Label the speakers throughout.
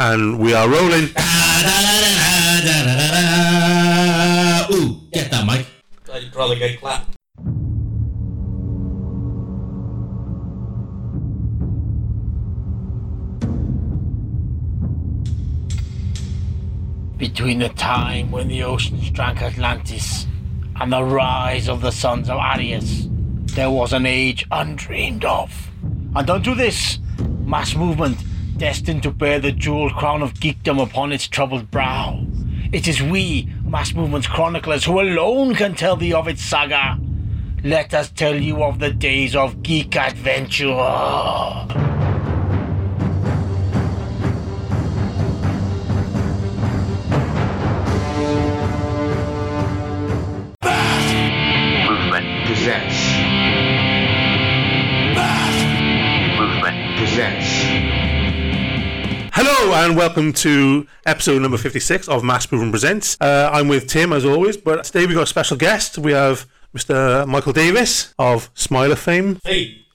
Speaker 1: and we are rolling.
Speaker 2: Ooh, get that, Mike.
Speaker 3: I'd probably get clapped.
Speaker 4: between the time when the oceans drank Atlantis and the rise of the sons of Arius, there was an age undreamed of. And unto this, mass movement destined to bear the jeweled crown of geekdom upon its troubled brow. It is we, mass movement's chroniclers, who alone can tell thee of its saga. Let us tell you of the days of geek adventure.
Speaker 5: Movement presents. Movement presents.
Speaker 1: Hello and welcome to episode number 56 of Mass Proven Presents. Uh, I'm with Tim as always, but today we've got a special guest. We have Mr. Michael Davis of Smiler fame
Speaker 3: Hey,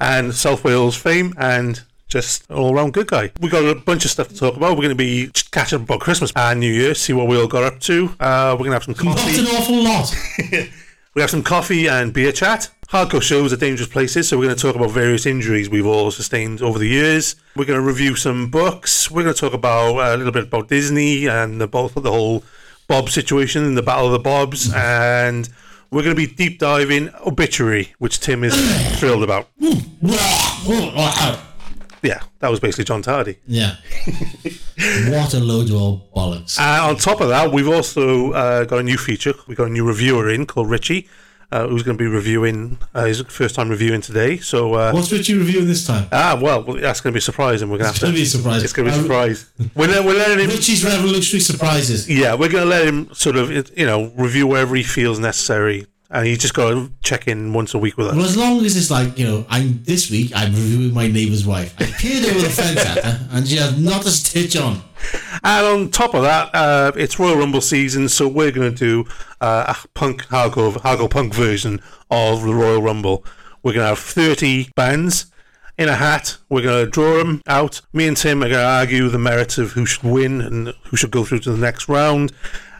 Speaker 1: and South Wales fame and just an all round good guy. We've got a bunch of stuff to talk about. We're going to be ch- catching up about Christmas and New Year, see what we all got up to. Uh, we're going to have some
Speaker 2: Not an
Speaker 1: coffee.
Speaker 2: awful lot.
Speaker 1: We have some coffee and beer chat. Hardcore shows are dangerous places, so we're going to talk about various injuries we've all sustained over the years. We're going to review some books. We're going to talk about uh, a little bit about Disney and the, both of the whole Bob situation and the Battle of the Bobs. And we're going to be deep diving obituary, which Tim is thrilled about. Yeah, that was basically John Tardy.
Speaker 2: yeah. what a load of old bollocks.
Speaker 1: Uh, on top of that, we've also uh, got a new feature. We've got a new reviewer in called Richie, uh, who's going to be reviewing uh, his first time reviewing today. So, uh,
Speaker 2: What's Richie reviewing this time?
Speaker 1: ah, well, that's going to be a surprise, and we're going to
Speaker 2: It's
Speaker 1: have to.
Speaker 2: gonna be a surprise.
Speaker 1: It's going to be a
Speaker 2: Uh,
Speaker 1: surprise. we're, le- we're letting him.
Speaker 2: Richie's revolutionary surprises.
Speaker 1: Yeah, we're going to let him sort of, you know, review wherever he feels necessary, and he's just got to check in once a week with us.
Speaker 2: Well, as long as it's like, you know, I'm this week I'm reviewing my neighbour's wife. I peered over the fence at her and she had not a stitch on.
Speaker 1: And on top of that, uh, it's Royal Rumble season, so we're going to do uh, a punk hardcore, hardcore punk version of the Royal Rumble. We're going to have 30 bands in a hat. We're going to draw them out. Me and Tim are going to argue the merits of who should win and who should go through to the next round.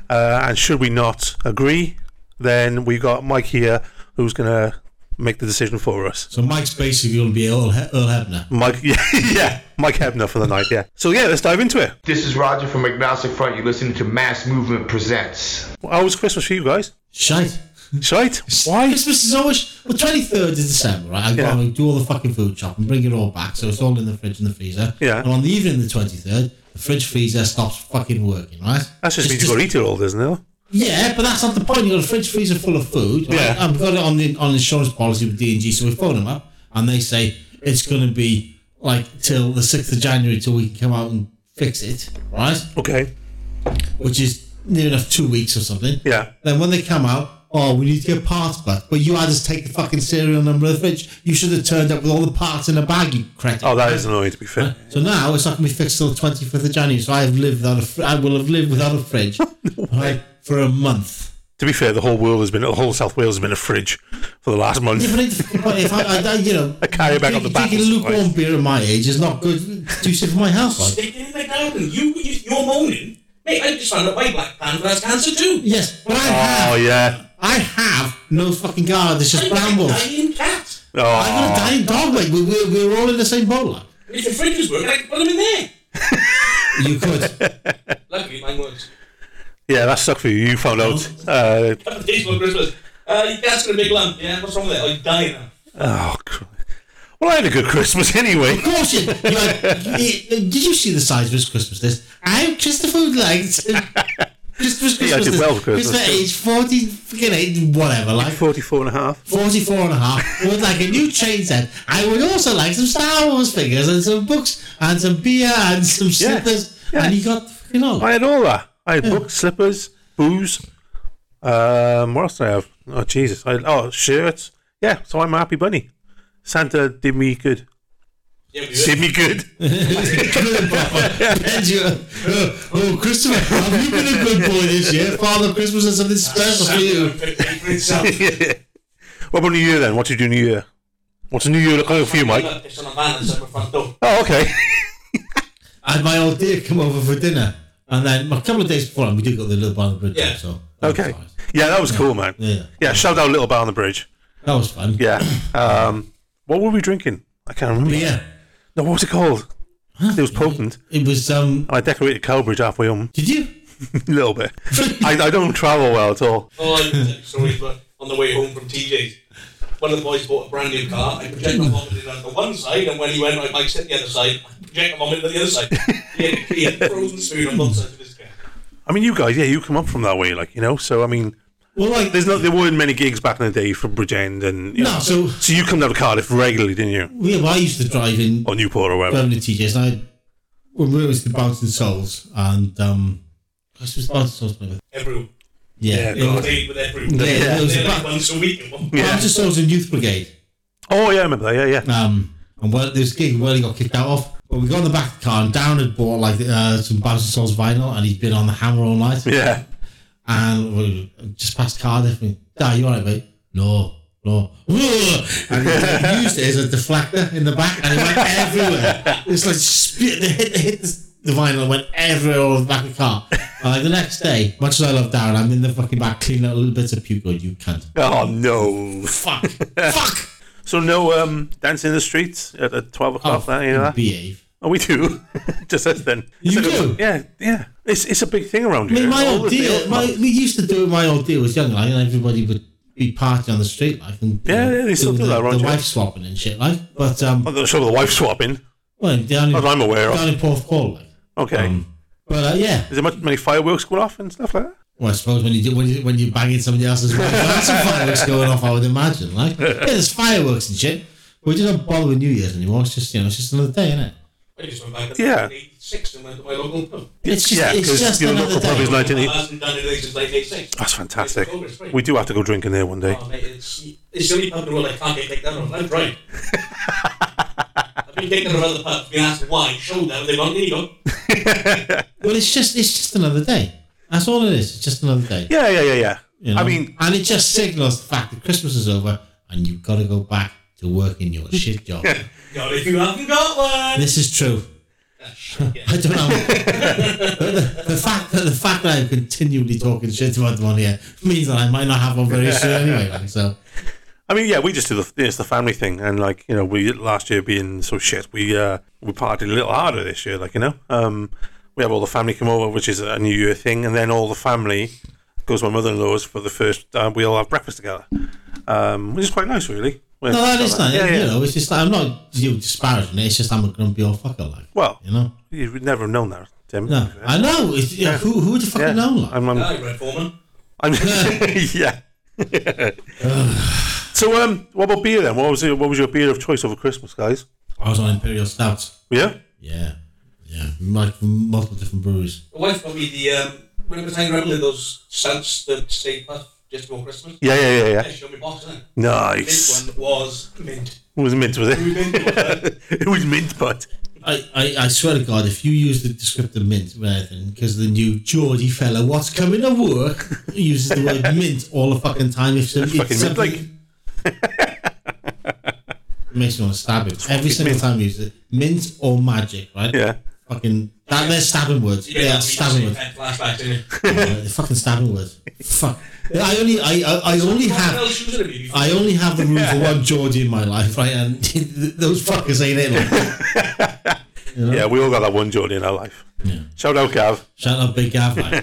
Speaker 1: Uh, and should we not agree, then we've got Mike here who's going to make the decision for us.
Speaker 2: So Mike's basically going to be Earl, he- Earl Hebner.
Speaker 1: Mike, yeah, yeah, Mike Hebner for the night, yeah. So yeah, let's dive into it.
Speaker 5: This is Roger from Agnostic Front. You're listening to Mass Movement Presents.
Speaker 1: How was Christmas for you guys?
Speaker 2: Shite.
Speaker 1: Shite? Why?
Speaker 2: Christmas is always well. Twenty third of December, right? I
Speaker 1: Yeah.
Speaker 2: go and do all the fucking food shopping, bring it all back, so it's all in the fridge and the freezer.
Speaker 1: Yeah.
Speaker 2: And on the evening of the twenty third, the fridge freezer stops fucking working, right?
Speaker 1: That's just
Speaker 2: It's
Speaker 1: means you got to eat it all, doesn't it?
Speaker 2: Yeah, but that's not the point. You got a fridge freezer full of food. right?
Speaker 1: Yeah.
Speaker 2: I've got it on the on insurance policy with D and G, so we phone them up and they say it's going to be like till the sixth of January till we can come out and fix it, right?
Speaker 1: Okay.
Speaker 2: Which is near enough two weeks or something.
Speaker 1: Yeah.
Speaker 2: Then when they come out, oh, we need to get parts back. But you had us take the fucking serial number of the fridge. You should have turned up with all the parts in a bag, you credit.
Speaker 1: Oh, that is annoying to be fair.
Speaker 2: So now it's not going to be fixed till the 25th of January. So I have lived without a fr- I will have lived without a fridge right, for a month.
Speaker 1: To be fair, the whole world has been, the whole South Wales has been a fridge for the last month.
Speaker 2: If I, need to fucking- if I, I, I you know,
Speaker 1: I carry it back on the
Speaker 2: drink- drinking
Speaker 1: battles,
Speaker 2: lukewarm beer at my age is not good conducive for my health. Like.
Speaker 3: they didn't make that happen. You, you, you're moaning. Mate, I just found out my black panther has cancer too.
Speaker 2: Yes, but I have,
Speaker 1: Oh Oh. yeah.
Speaker 2: I have no fucking garden. It's just
Speaker 3: I'm a
Speaker 2: brambles.
Speaker 3: dying cat.
Speaker 2: I've got a
Speaker 1: Oh,
Speaker 2: dying dog. Like we, we, we're all in the same boat. Like.
Speaker 3: If the fridge was working, I could put them in there.
Speaker 2: You could.
Speaker 3: Luckily, mine was.
Speaker 1: yeah. That sucked for you. You found out. Uh,
Speaker 3: Couple of days before Christmas. Uh, your cat's got a big lump. Yeah, what's wrong with it? Oh, you're dying now.
Speaker 1: oh. cr- Well, I had a good Christmas anyway.
Speaker 2: Of course you. you like, y- did you see the size of his Christmas list? I'm Christopher Lights. Christmas, Christmas
Speaker 1: Yeah, I did
Speaker 2: list.
Speaker 1: well for Christmas.
Speaker 2: Christopher age 40, fucking 8, whatever, like
Speaker 1: 44 and a half.
Speaker 2: 44 and a half. would like a new train set. I would also like some Star Wars figures and some books and some beer and some
Speaker 1: Yeah,
Speaker 2: slippers.
Speaker 1: yeah.
Speaker 2: And he got, you know,
Speaker 1: I had all that. I had books, slippers, booze. Um, what else did I have? Oh Jesus! I, oh shirts. Yeah. So I'm a happy bunny. Santa did me good.
Speaker 3: Yeah, we were.
Speaker 1: Did me good.
Speaker 2: and you, oh, oh, Christopher, have you been a good boy this year? Father Christmas has something special for you.
Speaker 1: What about New Year then? What do you do New Year? What's a New Year look like for you, Mike?
Speaker 3: It's on a van and set my front door.
Speaker 1: Oh, okay.
Speaker 2: I had my old dear come over for dinner, and then a couple of days before, we did go to the Little Bar on the Bridge.
Speaker 3: Yeah.
Speaker 2: So that was
Speaker 1: Okay.
Speaker 2: nice.
Speaker 1: Yeah, that was cool, man.
Speaker 2: Yeah.
Speaker 1: Yeah, shout out Little Bar on the Bridge.
Speaker 2: That was fun.
Speaker 1: Yeah. Um, what were we drinking? I can't remember.
Speaker 2: But yeah,
Speaker 1: No, what was it called? It was potent.
Speaker 2: it was. Um,
Speaker 1: I decorated Cowbridge halfway home.
Speaker 2: did you?
Speaker 1: A little bit. I, I don't travel well at all.
Speaker 3: Oh, I tell you stories, but on the way home from TJ's, one of the boys bought a brand new car. I projected vomited onto one side, and when he went, my bike hit the other side. I projected vomited to the other side. He had, he had frozen food on one side of his car.
Speaker 1: I mean, you guys, yeah, you come up from that way, like, you know, so I mean,
Speaker 2: Well, like
Speaker 1: there's not, there weren't many gigs back in the day for Bridgend and, you
Speaker 2: No,
Speaker 1: know.
Speaker 2: so-
Speaker 1: so you come down to Cardiff regularly, didn't you?
Speaker 2: yeah, well, I used to drive in
Speaker 1: Or Newport or wherever.
Speaker 2: Birmingham to TJ's, and I when we was the Bouncing Souls, and um, gosh, it was Bouncing Souls, maybe.
Speaker 3: Everyone.
Speaker 2: yeah,
Speaker 1: Yeah,
Speaker 2: it was-
Speaker 3: They with every
Speaker 2: yeah, it was
Speaker 3: They're
Speaker 2: the
Speaker 3: like
Speaker 2: Bou-
Speaker 3: once a week. and one-
Speaker 1: Yeah.
Speaker 2: Bouncing Souls and Youth Brigade.
Speaker 1: Oh, yeah, I remember that, yeah, yeah.
Speaker 2: Um, and well, there was a gig where he got kicked out of. But we got in the back of the car, and Down had bought like uh, some Bouncing Souls vinyl, and he's been on the hammer all night.
Speaker 1: Yeah.
Speaker 2: And we were just past Cardiff, and Dad, you alright, mate? No, no. And he used it as a deflector in the back, and it went everywhere. It's like spit, the hit, the hit, the vinyl and went everywhere all over the back of the car. And like the next day, much as I love Darren, I'm in the fucking back cleaning out little bits of puke. Going, you can't.
Speaker 1: Oh, no.
Speaker 2: Fuck, fuck.
Speaker 1: So, no um, dancing in the streets at, at
Speaker 2: Oh,
Speaker 1: 12 o'clock, that, you know that?
Speaker 2: behave.
Speaker 1: Oh, we do. Just us then.
Speaker 2: You
Speaker 1: It's like a-
Speaker 2: do?
Speaker 1: yeah, yeah. It's it's a big thing around
Speaker 2: I
Speaker 1: here.
Speaker 2: mean, my
Speaker 1: All
Speaker 2: old
Speaker 1: the-
Speaker 2: deal, my, we used to do it my old deal was young, like, and everybody would be partying on the street, like, and you
Speaker 1: Yeah, yeah, they still do
Speaker 2: the,
Speaker 1: that around
Speaker 2: the
Speaker 1: here.
Speaker 2: wife swapping and shit, like. But um,
Speaker 1: I'm not sure Oh, the wife swapping.
Speaker 2: well, down in,
Speaker 1: Not that I'm aware of.
Speaker 2: down in Porthcawl, like.
Speaker 1: Okay.
Speaker 2: Um, but uh, yeah,
Speaker 1: Is there much, many fireworks going off and stuff like that?
Speaker 2: well, I suppose when you do, when you when you're banging somebody else's wife, that's some fireworks going off. I would imagine, like, yeah, there's fireworks and shit. We just don't bother with New Year's anymore. It's just you know, it's just another day, innit?
Speaker 3: I just went back
Speaker 1: Yeah.
Speaker 3: to 86 and went to my local pub.
Speaker 2: It's just
Speaker 1: yeah,
Speaker 2: it's just
Speaker 1: your
Speaker 2: another
Speaker 1: local pub is
Speaker 2: day.
Speaker 1: 1980.
Speaker 3: I hasn't done anything since 1986.
Speaker 1: That's fantastic.
Speaker 3: It's a progress, right?
Speaker 1: We do have to go drinking there one day.
Speaker 2: Uh,
Speaker 3: Oh, mate, it's, it's the only pub in the world I can't get kicked out of. I'm right. I've been kicked out of other pubs, been asked why, showed them, they won't leave them.
Speaker 2: Well, it's just it's just another day. That's all it is. It's just another day.
Speaker 1: Yeah, yeah, yeah, yeah.
Speaker 2: You know?
Speaker 1: I mean,
Speaker 2: and it just signals the fact that Christmas is over and you've got to go back to working your shit job.
Speaker 3: God, if you haven't got one!
Speaker 2: this is true. I don't know. the, the fact that the fact that I'm continually talking shit about them on here means that I might not have one very soon anyway. Like, so
Speaker 1: I mean, yeah. We just do the it's the family thing, and like you know, we last year being so shit, we uh we partied a little harder this year. Like you know, um, we have all the family come over, which is a New Year thing, and then all the family goes to my mother-in-law's for the first. Uh, we all have breakfast together, um, which is quite nice, really.
Speaker 2: no, that is not.
Speaker 1: Yeah,
Speaker 2: you
Speaker 1: yeah.
Speaker 2: know, it's just I'm not you know, disparaging it. It's just I'm a grumpy old fucker. Like
Speaker 1: Well,
Speaker 2: you know,
Speaker 1: you would never have known that, Tim.
Speaker 2: no, I know. It's, yeah. who who would you fucking
Speaker 1: Yeah,
Speaker 2: know? Like?
Speaker 1: I'm, I'm,
Speaker 3: Aye, Red Foreman.
Speaker 1: I'm yeah. so um, what about beer then? What was your, what was your beer of choice over Christmas, guys?
Speaker 2: I was on Imperial Stouts.
Speaker 1: Yeah,
Speaker 2: Yeah, yeah, like from multiple different breweries.
Speaker 3: My wife got me the, um, remember the time Rebel did those stunts that stayed puff just before Christmas?
Speaker 1: yeah, yeah, yeah,
Speaker 3: Yeah,
Speaker 1: yeah.
Speaker 3: she got me a box then.
Speaker 1: Nice.
Speaker 3: This one was mint.
Speaker 1: It was mint, was
Speaker 3: It
Speaker 1: it?
Speaker 3: was mint, wasn't it?
Speaker 1: it was mint, but
Speaker 2: I, I, I swear to God, if you use the descriptor mint or anything, because the new Geordie fella, what's coming to work, uses the word mint all the fucking time. If, some, if
Speaker 1: fucking mint,
Speaker 2: something
Speaker 1: like-
Speaker 2: It makes me want to stab him. Every single
Speaker 1: mint.
Speaker 2: time you use it, mint or magic, right?
Speaker 1: yeah.
Speaker 2: Fucking that, they're stabbing words.
Speaker 3: You
Speaker 2: they
Speaker 3: get
Speaker 2: are
Speaker 3: that
Speaker 2: stabbing
Speaker 3: same
Speaker 2: words.
Speaker 3: kind of flashback, didn't you?
Speaker 2: they're fucking stabbing words. Fuck. I only I I, I only
Speaker 3: What
Speaker 2: have.
Speaker 3: else was it, baby?
Speaker 2: I only have the room for one Geordie in my life, right? And those fuckers ain't it. Like,
Speaker 1: Yeah, we all got that one Geordie in our life.
Speaker 2: Yeah.
Speaker 1: Shout out, Gav.
Speaker 2: Shout out Big Gav, like.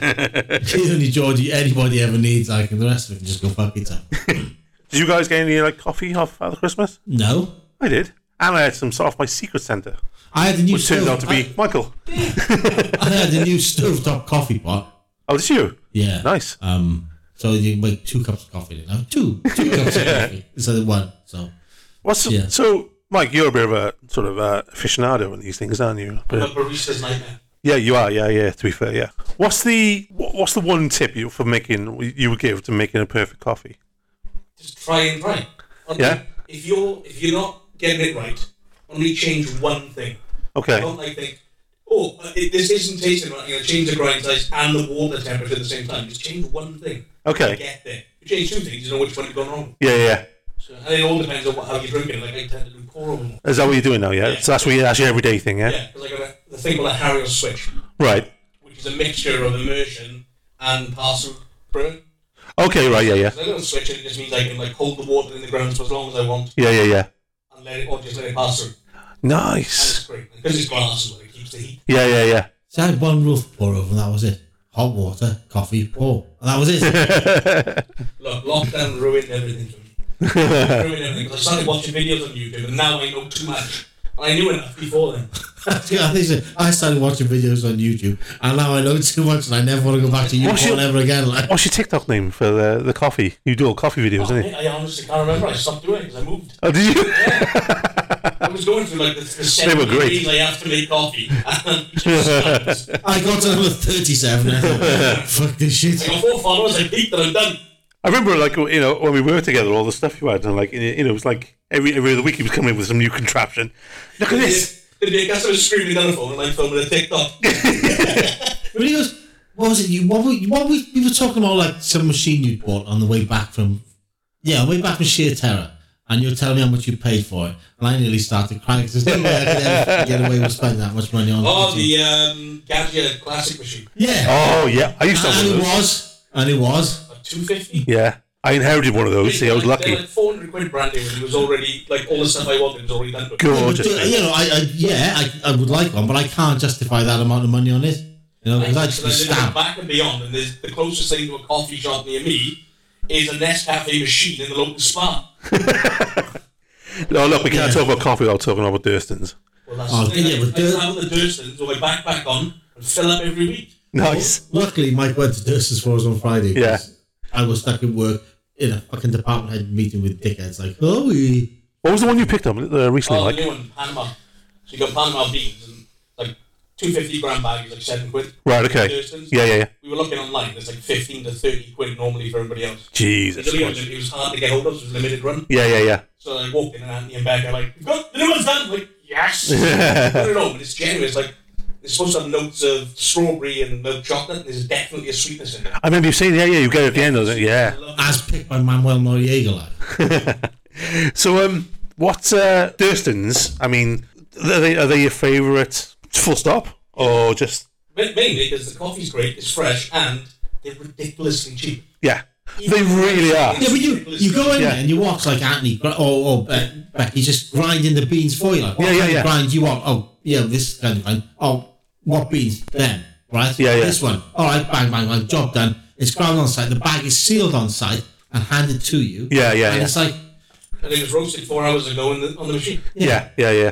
Speaker 2: He's the only Geordie anybody ever needs, like, and the rest of it can just go fuck yourself.
Speaker 1: Did you guys get any like coffee off at Christmas?
Speaker 2: No.
Speaker 1: I did, and I had some sort off my secret center,
Speaker 2: I had a new
Speaker 1: which turned
Speaker 2: stove,
Speaker 1: out to be Michael.
Speaker 2: I, I had a new stovetop coffee pot.
Speaker 1: Oh, it's you.
Speaker 2: Yeah.
Speaker 1: Nice.
Speaker 2: Um, so you make two cups of coffee now. Two. Two cups of coffee instead of one. So
Speaker 1: What's the,
Speaker 2: yeah.
Speaker 1: so? Mike, you're a bit of a sort of uh, aficionado on these things, aren't you? But-
Speaker 3: A barista's nightmare.
Speaker 1: Yeah, you are. Yeah, yeah. To be fair, yeah. What's the wh- what's the one tip you for making you would give to making a perfect coffee?
Speaker 3: just try and try. Only,
Speaker 1: Yeah.
Speaker 3: If you're if you're not getting it right, only change one thing.
Speaker 1: Okay.
Speaker 3: Don't like think, oh, uh, it, this isn't tasting right. I'm going to change the grind size and the water temperature at the same time. Just change one thing. You
Speaker 1: Okay.
Speaker 3: Get there. You change two things, you know which one you've gone wrong.
Speaker 1: Yeah, yeah, yeah.
Speaker 3: So and it all depends on what, how you're drinking. Like I tend to do pour over.
Speaker 1: Is that what you're doing now? Yeah.
Speaker 3: Yeah.
Speaker 1: So that's what you, that's your everyday thing. Yeah.
Speaker 3: Yeah, because I got the thing called a Harrier switch,
Speaker 1: Right.
Speaker 3: which is a mixture of immersion and passive burn.
Speaker 1: Okay. Right. Yeah. Yeah.
Speaker 3: So I don't switch it, it just means I can like hold the water in the ground for as long as I want
Speaker 1: Yeah. Yeah. Yeah.
Speaker 3: and let it or just let it pass through. And
Speaker 1: Nice.
Speaker 3: it's great. Because it's glass as well, it keeps the heat.
Speaker 1: Yeah. Yeah. Yeah.
Speaker 2: So I had one rough pour over, and that was it. Hot water, coffee, pour, and that was it.
Speaker 3: Look, lockdown ruined everything for me. ruined everything. 'Cause I started watching videos on YouTube and now I know too much. And I knew enough before then.
Speaker 2: Yeah, I think so. I started watching videos on YouTube, and now I know too much, and I never want to go back to
Speaker 1: What's
Speaker 2: YouTube
Speaker 1: your-
Speaker 2: ever again. Like,
Speaker 1: What's your TikTok name for the the coffee? You do all coffee videos, don't you?
Speaker 3: I, I honestly can't remember. I stopped doing it because I moved.
Speaker 1: Oh, did you?
Speaker 3: I was going through like the, the
Speaker 1: They were
Speaker 3: seven
Speaker 1: great.
Speaker 3: days I have to make coffee. And it just stopped.
Speaker 2: I got to number 37. I thought, Fuck this
Speaker 3: I
Speaker 2: shit.
Speaker 3: got four followers, I peaked and I'm done.
Speaker 1: I remember, like you know, when we were together, all the stuff you had, and like you know, it was like every every other week he was coming up with some new contraption. Look at this.
Speaker 3: The day I was screaming down the phone and I'm filming a TikTok.
Speaker 2: But he goes, what was it? You, what were, what were, you were talking about like some machine you bought on the way back from, yeah, on the way back from sheer terror. And you were telling me how much you paid for it. And I nearly started crying because there's no way I could ever get away with spending that much money on
Speaker 3: Oh,
Speaker 2: it.
Speaker 3: the um, Gadget classic machine.
Speaker 2: Yeah.
Speaker 1: Oh yeah, I used to have
Speaker 2: and
Speaker 1: one
Speaker 2: it
Speaker 1: of those.
Speaker 2: was. And it was.
Speaker 3: Like 250.
Speaker 1: Yeah, I inherited one of those. See, I was
Speaker 3: They're
Speaker 1: lucky.
Speaker 3: Like 400 quid brand new, and it was already, like, all the stuff I wanted was already done. to it.
Speaker 1: Gorgeous.
Speaker 2: But, uh, you know, I, I yeah, I, I would like one, but I can't justify that amount of money on it. You know, because I
Speaker 3: Like,
Speaker 2: just be
Speaker 3: so then they go
Speaker 2: stabbed.
Speaker 3: back and beyond, and there's the closest thing to a coffee shop near me is a Nescafe machine in the local spa.
Speaker 1: No, Oh, look, we can't
Speaker 2: Yeah.
Speaker 1: talk about coffee without talking about Durston's.
Speaker 3: Well, that's
Speaker 2: Oh,
Speaker 3: the thing.
Speaker 2: yeah,
Speaker 3: I,
Speaker 2: but the-
Speaker 3: I travel to Durston's with my backpack on and fill up every week.
Speaker 1: Nice.
Speaker 2: Luckily, Mike went to Durston's for us on Friday. 'cause
Speaker 1: Yeah.
Speaker 2: I was stuck at work in a fucking department head meeting with dickheads. Like, oh, we.
Speaker 1: What was the one you picked up uh, recently,
Speaker 3: Oh, the
Speaker 1: Mike?
Speaker 3: new one, Panama. So you got Panama beans, and like 250 gram bag is like 7 quid.
Speaker 1: Right. Okay.
Speaker 3: Durston's.
Speaker 1: Yeah. Yeah. Yeah.
Speaker 3: We were looking online, it's like 15 to 30 quid normally for everybody else.
Speaker 1: Jesus.
Speaker 3: Italy,
Speaker 1: Christ.
Speaker 3: It was hard to get hold of, so it was a limited run.
Speaker 1: Yeah. Yeah. Yeah.
Speaker 3: So I walked in and Anthony and back. I'm like, "We've got the new one's done. I'm like, yes. Put it on, but it's genuine. It's like it's supposed to have notes of strawberry and milk chocolate. And there's definitely a sweetness in it.
Speaker 1: I remember you saying, yeah, yeah, you get it at the end, doesn't it? Yeah.
Speaker 3: I love it.
Speaker 2: As picked by Manuel Noriega, like.
Speaker 1: So, um, what uh, Durston's? I mean, are they are they your favourite? Full stop, or just
Speaker 3: Ma- Mainly because the coffee's great, it's fresh, and they're ridiculously cheap.
Speaker 1: yeah? They really are.
Speaker 2: Yeah, but you, you go in
Speaker 1: Yeah.
Speaker 2: there and you watch like Anthony gr- or, or Be- Becky just grinding the beans for you. Like, what
Speaker 1: Yeah, yeah,
Speaker 2: kind of
Speaker 1: yeah.
Speaker 2: grind you want? Oh, yeah, this kind of grind. Oh, what beans? Them, right?
Speaker 1: Yeah, yeah.
Speaker 2: This one. All right, bang, bang, bang. Job done. It's ground on site. The bag is sealed on site and handed to you.
Speaker 1: Yeah, yeah,
Speaker 2: And
Speaker 1: yeah.
Speaker 2: it's like,
Speaker 3: And it was roasted four hours ago in the, on the machine.
Speaker 1: Yeah, yeah, yeah.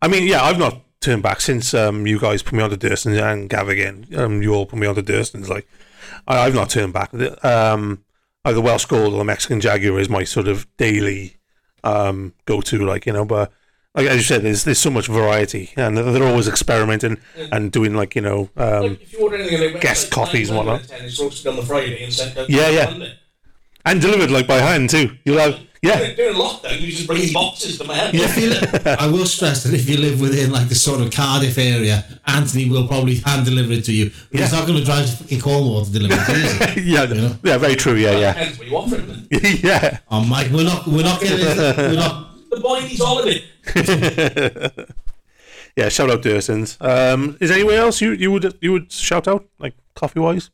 Speaker 1: I mean, yeah, I've not turned back since um, you guys put me onto Durston and Gav again. Um, you all put me onto Durston's. Like, I, I've not turned back. The- Um, either the Welsh Gold or the Mexican Jaguar is my sort of daily um, go-to. Like, you know, but like as you said, there's there's so much variety, and they're they're always experimenting and doing like you know. Um,
Speaker 3: Like, if you order anything on their website,
Speaker 1: guest coffees and
Speaker 3: nine
Speaker 1: whatnot.
Speaker 3: out of ten, It's roasted on the Friday and sent out
Speaker 1: Yeah,
Speaker 3: on
Speaker 1: yeah.
Speaker 3: Monday.
Speaker 1: and delivered like by hand too. You'll have yeah,
Speaker 3: During, during lockdown, you just bring boxes to my house.
Speaker 2: if you li- I will stress that if you live within like the sort of Cardiff area, Anthony will probably hand deliver it to you. But He's
Speaker 1: Yeah.
Speaker 2: not going to drive to fucking Cornwall to deliver it to you. is he?
Speaker 1: yeah, yeah, very true. Yeah,
Speaker 3: Depends what you want from them.
Speaker 1: yeah, yeah.
Speaker 2: oh, Mike, we're not, we're not getting, we're not.
Speaker 3: The boy needs holiday.
Speaker 1: Yeah, shout out Dursons. Um, is there anywhere else you, you would you would shout out like coffee wise?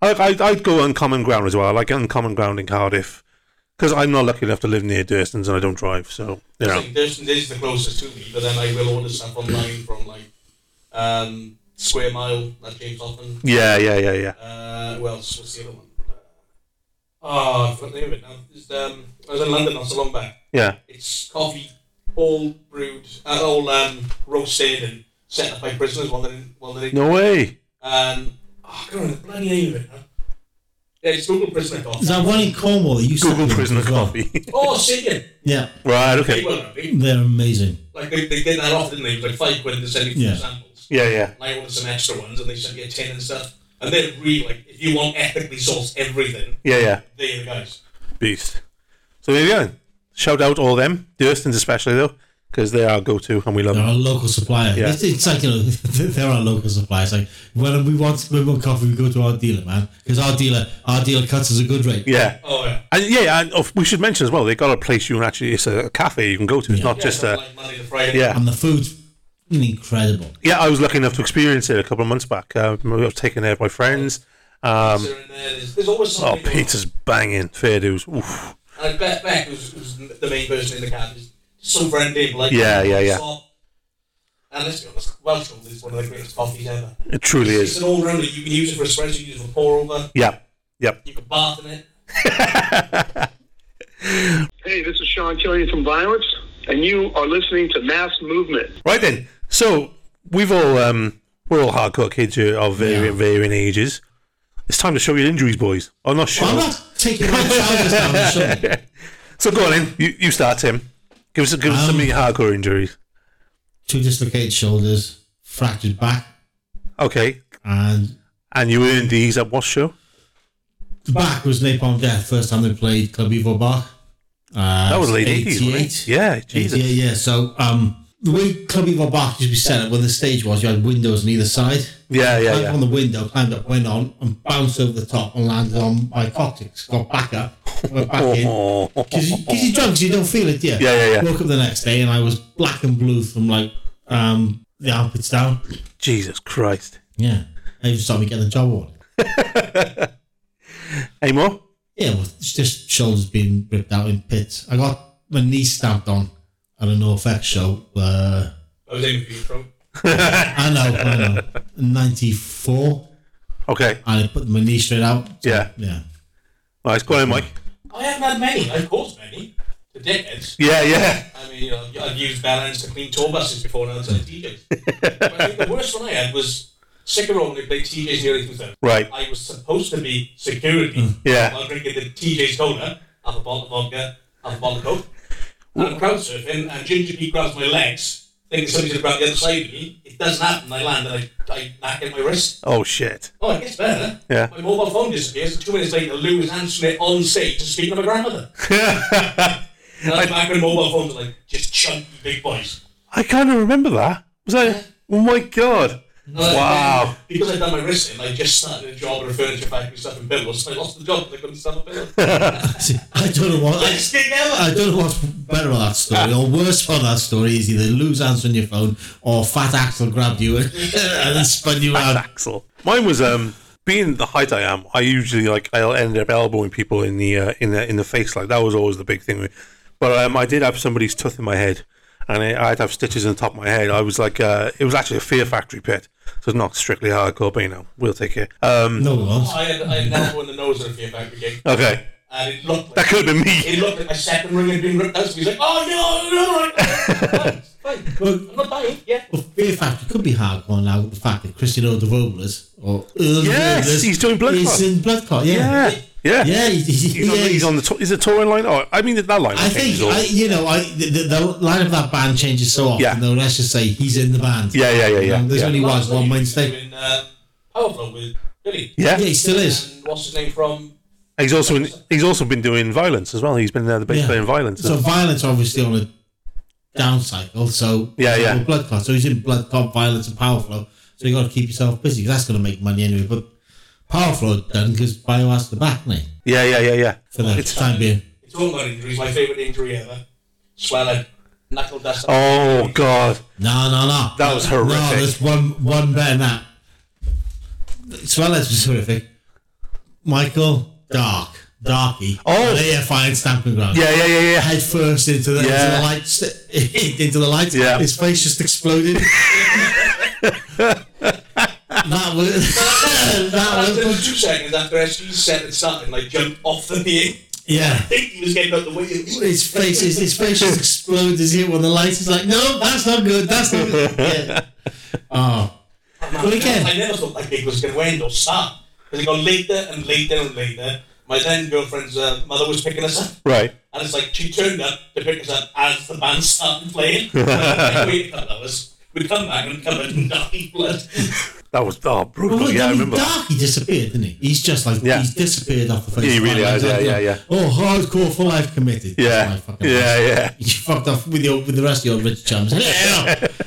Speaker 1: I, I I'd go uncommon ground as well. I like uncommon ground in Cardiff because I'm not lucky enough to live near Dursons and I don't drive. So you know,
Speaker 3: Like, Durston is the closest to me, but then I will order stuff online from like um, Square Mile, that James Hoffman.
Speaker 1: yeah, yeah, yeah, yeah.
Speaker 3: Uh, who else? What's the other one? Uh, oh, I forgot the name of it now. It's, um, I was in London not so long back.
Speaker 1: Yeah,
Speaker 3: It's coffee, all brewed, uh, all um, roasted and set up by prisoners while they're in. While they're in.
Speaker 1: no way.
Speaker 3: Um, oh, I can't remember the bloody name of it now. Yeah, it's Google Prisoner Coffee.
Speaker 2: Is that one in Cornwall that you sent
Speaker 1: Google
Speaker 2: me
Speaker 1: prisoner
Speaker 2: as well?
Speaker 1: coffee.
Speaker 3: oh, Sigan!
Speaker 2: Yeah,
Speaker 1: right.
Speaker 3: They
Speaker 1: Okay.
Speaker 3: were lovely.
Speaker 2: they're amazing.
Speaker 3: Like, they, they did that off, didn't they? It was like five quid to send you four
Speaker 2: Yeah.
Speaker 3: samples.
Speaker 1: Yeah, yeah.
Speaker 3: and I ordered some extra ones, and they sent me a tin and stuff. And they're really like, if you want ethically sourced everything,
Speaker 1: Yeah, yeah.
Speaker 3: they're the guys.
Speaker 1: Beast. So there you go. Shout out all them Durstons especially though because they are go to and we love
Speaker 2: They're
Speaker 1: them.
Speaker 2: our local supplier.
Speaker 1: Yeah.
Speaker 2: It's, it's like you know, they're our local supplier. It's like when we want when we want coffee, we go to our dealer, man, because our dealer our dealer cuts us a good rate.
Speaker 1: Yeah.
Speaker 3: Oh, yeah.
Speaker 1: And yeah, and oh, we should mention as well, they got a place you can actually, it's a cafe you can go to. It's not
Speaker 3: Yeah,
Speaker 1: just
Speaker 3: something
Speaker 1: a,
Speaker 3: like Monday to Friday.
Speaker 1: yeah.
Speaker 2: And the food, fucking incredible.
Speaker 1: Yeah, I was lucky enough to experience it a couple of months back. Uh, I was taken there by friends. Um,
Speaker 3: Pizza in there, there's, there's always
Speaker 1: oh,
Speaker 3: something. going on.
Speaker 1: Peter's banging. Fair dues. Oof.
Speaker 3: And Beck, Beck was, was the main person in the cab. He's so friendly and like
Speaker 1: Yeah, yeah, yeah.
Speaker 3: And let's be honest, Welsh Gold is one of the greatest coffees ever.
Speaker 1: It truly
Speaker 3: It's
Speaker 1: is.
Speaker 3: an all rounder. You can use it for espresso, you can use it for pour over,
Speaker 1: Yeah. Yep.
Speaker 3: you can bath in it.
Speaker 6: Hey, this is Sean Killian from Violence, and you are listening to Mass Movement.
Speaker 1: Right then. So we've all um, we're all hardcore kids here of varying, varying ages. It's time to show your injuries, boys. Oh, not sure.
Speaker 2: I'm not taking my trousers down or something.
Speaker 1: So go on in. You, you start, Tim. Give us give us some of
Speaker 2: Oh.
Speaker 1: your hardcore injuries.
Speaker 2: Two dislocated shoulders, fractured back,
Speaker 1: Okay.
Speaker 2: and
Speaker 1: And you earned these at what show?
Speaker 2: the back was Napalm Death. First time they played Club Evo Bach. Uh,
Speaker 1: That was late 80s, wasn't it?
Speaker 2: 88.
Speaker 1: Yeah, Jesus.
Speaker 2: Yeah, yeah. So um, the way Club Evo Bach used to be set up when the stage was, you had windows on either side.
Speaker 1: Yeah, yeah,
Speaker 2: climbed
Speaker 1: yeah.
Speaker 2: on the window, climbed up, went on, and bounced over the top and landed on my coccyx. Got back up, went back in.
Speaker 1: Oh,
Speaker 2: Because you're drunk, so you don't feel it, yeah.
Speaker 1: Yeah, yeah, yeah.
Speaker 2: Woke up the next day and I was black and blue from like um, the armpits down.
Speaker 1: Jesus Christ.
Speaker 2: Yeah. I even started getting a job on it.
Speaker 1: Any more?
Speaker 2: Yeah, well, it's just shoulders being ripped out in pits. I got my knee stamped on at a NoFX show. Uh,
Speaker 3: I was aiming for you, Trump.
Speaker 2: I know, I know. 94.
Speaker 1: Okay.
Speaker 2: And I put my knee straight out.
Speaker 1: Yeah.
Speaker 2: Yeah.
Speaker 1: Nice. Go on, Mike.
Speaker 3: I haven't had many. I've caused many. The dickheads.
Speaker 1: Yeah, yeah.
Speaker 3: I mean, you know, I've used balance to clean tour buses before now to TJs. but I think the worst one I had was Sycamore when they played TJs nearly 2000.
Speaker 1: Right.
Speaker 3: I was supposed to be security.
Speaker 1: Hmm. Yeah.
Speaker 3: While drinking the TJ's cola, half a bottle of vodka, half a bottle of coke. And I'm crowd surfing, and Ginger Pete grabs my legs, thinking somebody's going to grab the other side of me. It doesn't happen. I land and I, I knack in my wrist.
Speaker 1: Oh shit.
Speaker 3: Oh, it gets better.
Speaker 1: Yeah.
Speaker 3: My mobile phone disappears, and two minutes later, Lou is answering it on stage to speak to my grandmother. and I'm back when mobile phones are like, just chunky big boys.
Speaker 1: I kind of remember that. Was I? Oh my god.
Speaker 3: And I-
Speaker 1: Wow.
Speaker 3: Because I'd done my wrist in, I just started a job at a furniture factory stuffing pillows. I lost the job because I couldn't stuff a pillow.
Speaker 2: See, I don't know what. I,
Speaker 3: Best gig ever.
Speaker 2: I don't know what's better on that story or worse for that story is either Lou's answering your phone or Fat Axel grabbed you and, and then spun you around.
Speaker 1: Axel. Mine was um being the height I am. I usually like I'll end up elbowing people in the uh, in the in the face. Like that was always the big thing. But um, I did have somebody's tooth in my head, and I, I'd have stitches on the top of my head. I was like, uh, it was actually a Fear Factory pit, so it's not strictly hardcore. But you know, we'll take it. Um,
Speaker 2: No one's.
Speaker 3: I had, I had an elbow in the nose at a fear factory gig,
Speaker 1: okay,
Speaker 3: and it looked
Speaker 1: that
Speaker 3: like
Speaker 1: could have been me.
Speaker 3: it looked like my second ring had been ripped out. So he's like, "Oh no, no, no, no, fine, fine, I'm not dying." Yeah,
Speaker 2: Well, Fear Factory could be hardcore now with the fact that Cristiano de Robles or
Speaker 1: Yes, he's doing Blood
Speaker 2: he's
Speaker 1: Clot.
Speaker 2: in blood clot. Yeah,
Speaker 1: Yeah, yeah.
Speaker 2: yeah. he- he-
Speaker 1: He's,
Speaker 2: yeah,
Speaker 1: on, the- he's
Speaker 2: he's-
Speaker 1: on the. To- is it touring line? Oh, I mean that line.
Speaker 2: I think I, you know I, the, the, the line of that band changes so often.
Speaker 1: Yeah.
Speaker 2: Though let's just say he's in the band.
Speaker 1: yeah, yeah, yeah, yeah.
Speaker 2: Um, there's
Speaker 1: yeah.
Speaker 2: only one
Speaker 3: Last
Speaker 2: one
Speaker 3: night
Speaker 2: Wednesday.
Speaker 3: doing, uh, Powerful with Billy.
Speaker 2: Yeah, he
Speaker 1: yeah.
Speaker 2: still is.
Speaker 3: And what's his name from?
Speaker 1: He's also in, he's also been doing violence as well. He's been uh, the bass
Speaker 2: Yeah.
Speaker 1: player in violence.
Speaker 2: So violence obviously on a down cycle. So
Speaker 1: Yeah, yeah.
Speaker 2: Well, blood clot. So he's in blood clot, violence, and power flow. So you got to keep yourself busy. 'cause that's going to make money anyway. But power flow done because bio has the back mate
Speaker 1: yeah, yeah, yeah, yeah.
Speaker 2: for the
Speaker 1: It's-
Speaker 2: time being.
Speaker 3: It's all about injuries. My favorite injury ever. Swear like knuckle dust.
Speaker 1: Oh god,
Speaker 2: No, no, no.
Speaker 1: That was
Speaker 2: No,
Speaker 1: horrific.
Speaker 2: there's one one better than that. Swellers was horrific. Michael Dark. Darky.
Speaker 1: Oh.
Speaker 2: they are fine stamping ground.
Speaker 1: yeah, yeah, yeah, yeah.
Speaker 2: Head first into the, into
Speaker 1: Yeah.
Speaker 2: the lights. into the lights.
Speaker 1: Yeah.
Speaker 2: His face just exploded. that was that
Speaker 3: After
Speaker 2: was
Speaker 3: two seconds after SG set it started, like jumped off the being.
Speaker 2: yeah.
Speaker 3: I think he was getting out the way.
Speaker 2: His face is his face just explodes as he when the lights is like, no, that's not good, that's not good. Yeah. Oh. Well, again-
Speaker 3: I never thought that gig was going to end or start. Because it got later and later and later. My then girlfriend's uh, mother was picking us up.
Speaker 1: Right.
Speaker 3: And it's like, she turned up to pick us up as the band started playing. like, wait a couple hours. We'd come back and come and nothing blood.
Speaker 1: That was oh brutal.
Speaker 2: Well, look,
Speaker 1: yeah, I
Speaker 2: I mean,
Speaker 1: remember. that.
Speaker 2: Darky disappeared, didn't he? He's just like
Speaker 1: Yeah.
Speaker 2: he's disappeared off the face.
Speaker 1: Yeah, he
Speaker 2: of the
Speaker 1: really
Speaker 2: planet.
Speaker 1: has, yeah, yeah, yeah.
Speaker 2: Oh, hardcore for life committed. That's my
Speaker 1: Yeah,
Speaker 2: fucking life.
Speaker 1: yeah, yeah.
Speaker 2: You fucked off with your with the rest of your rich chums. Yeah.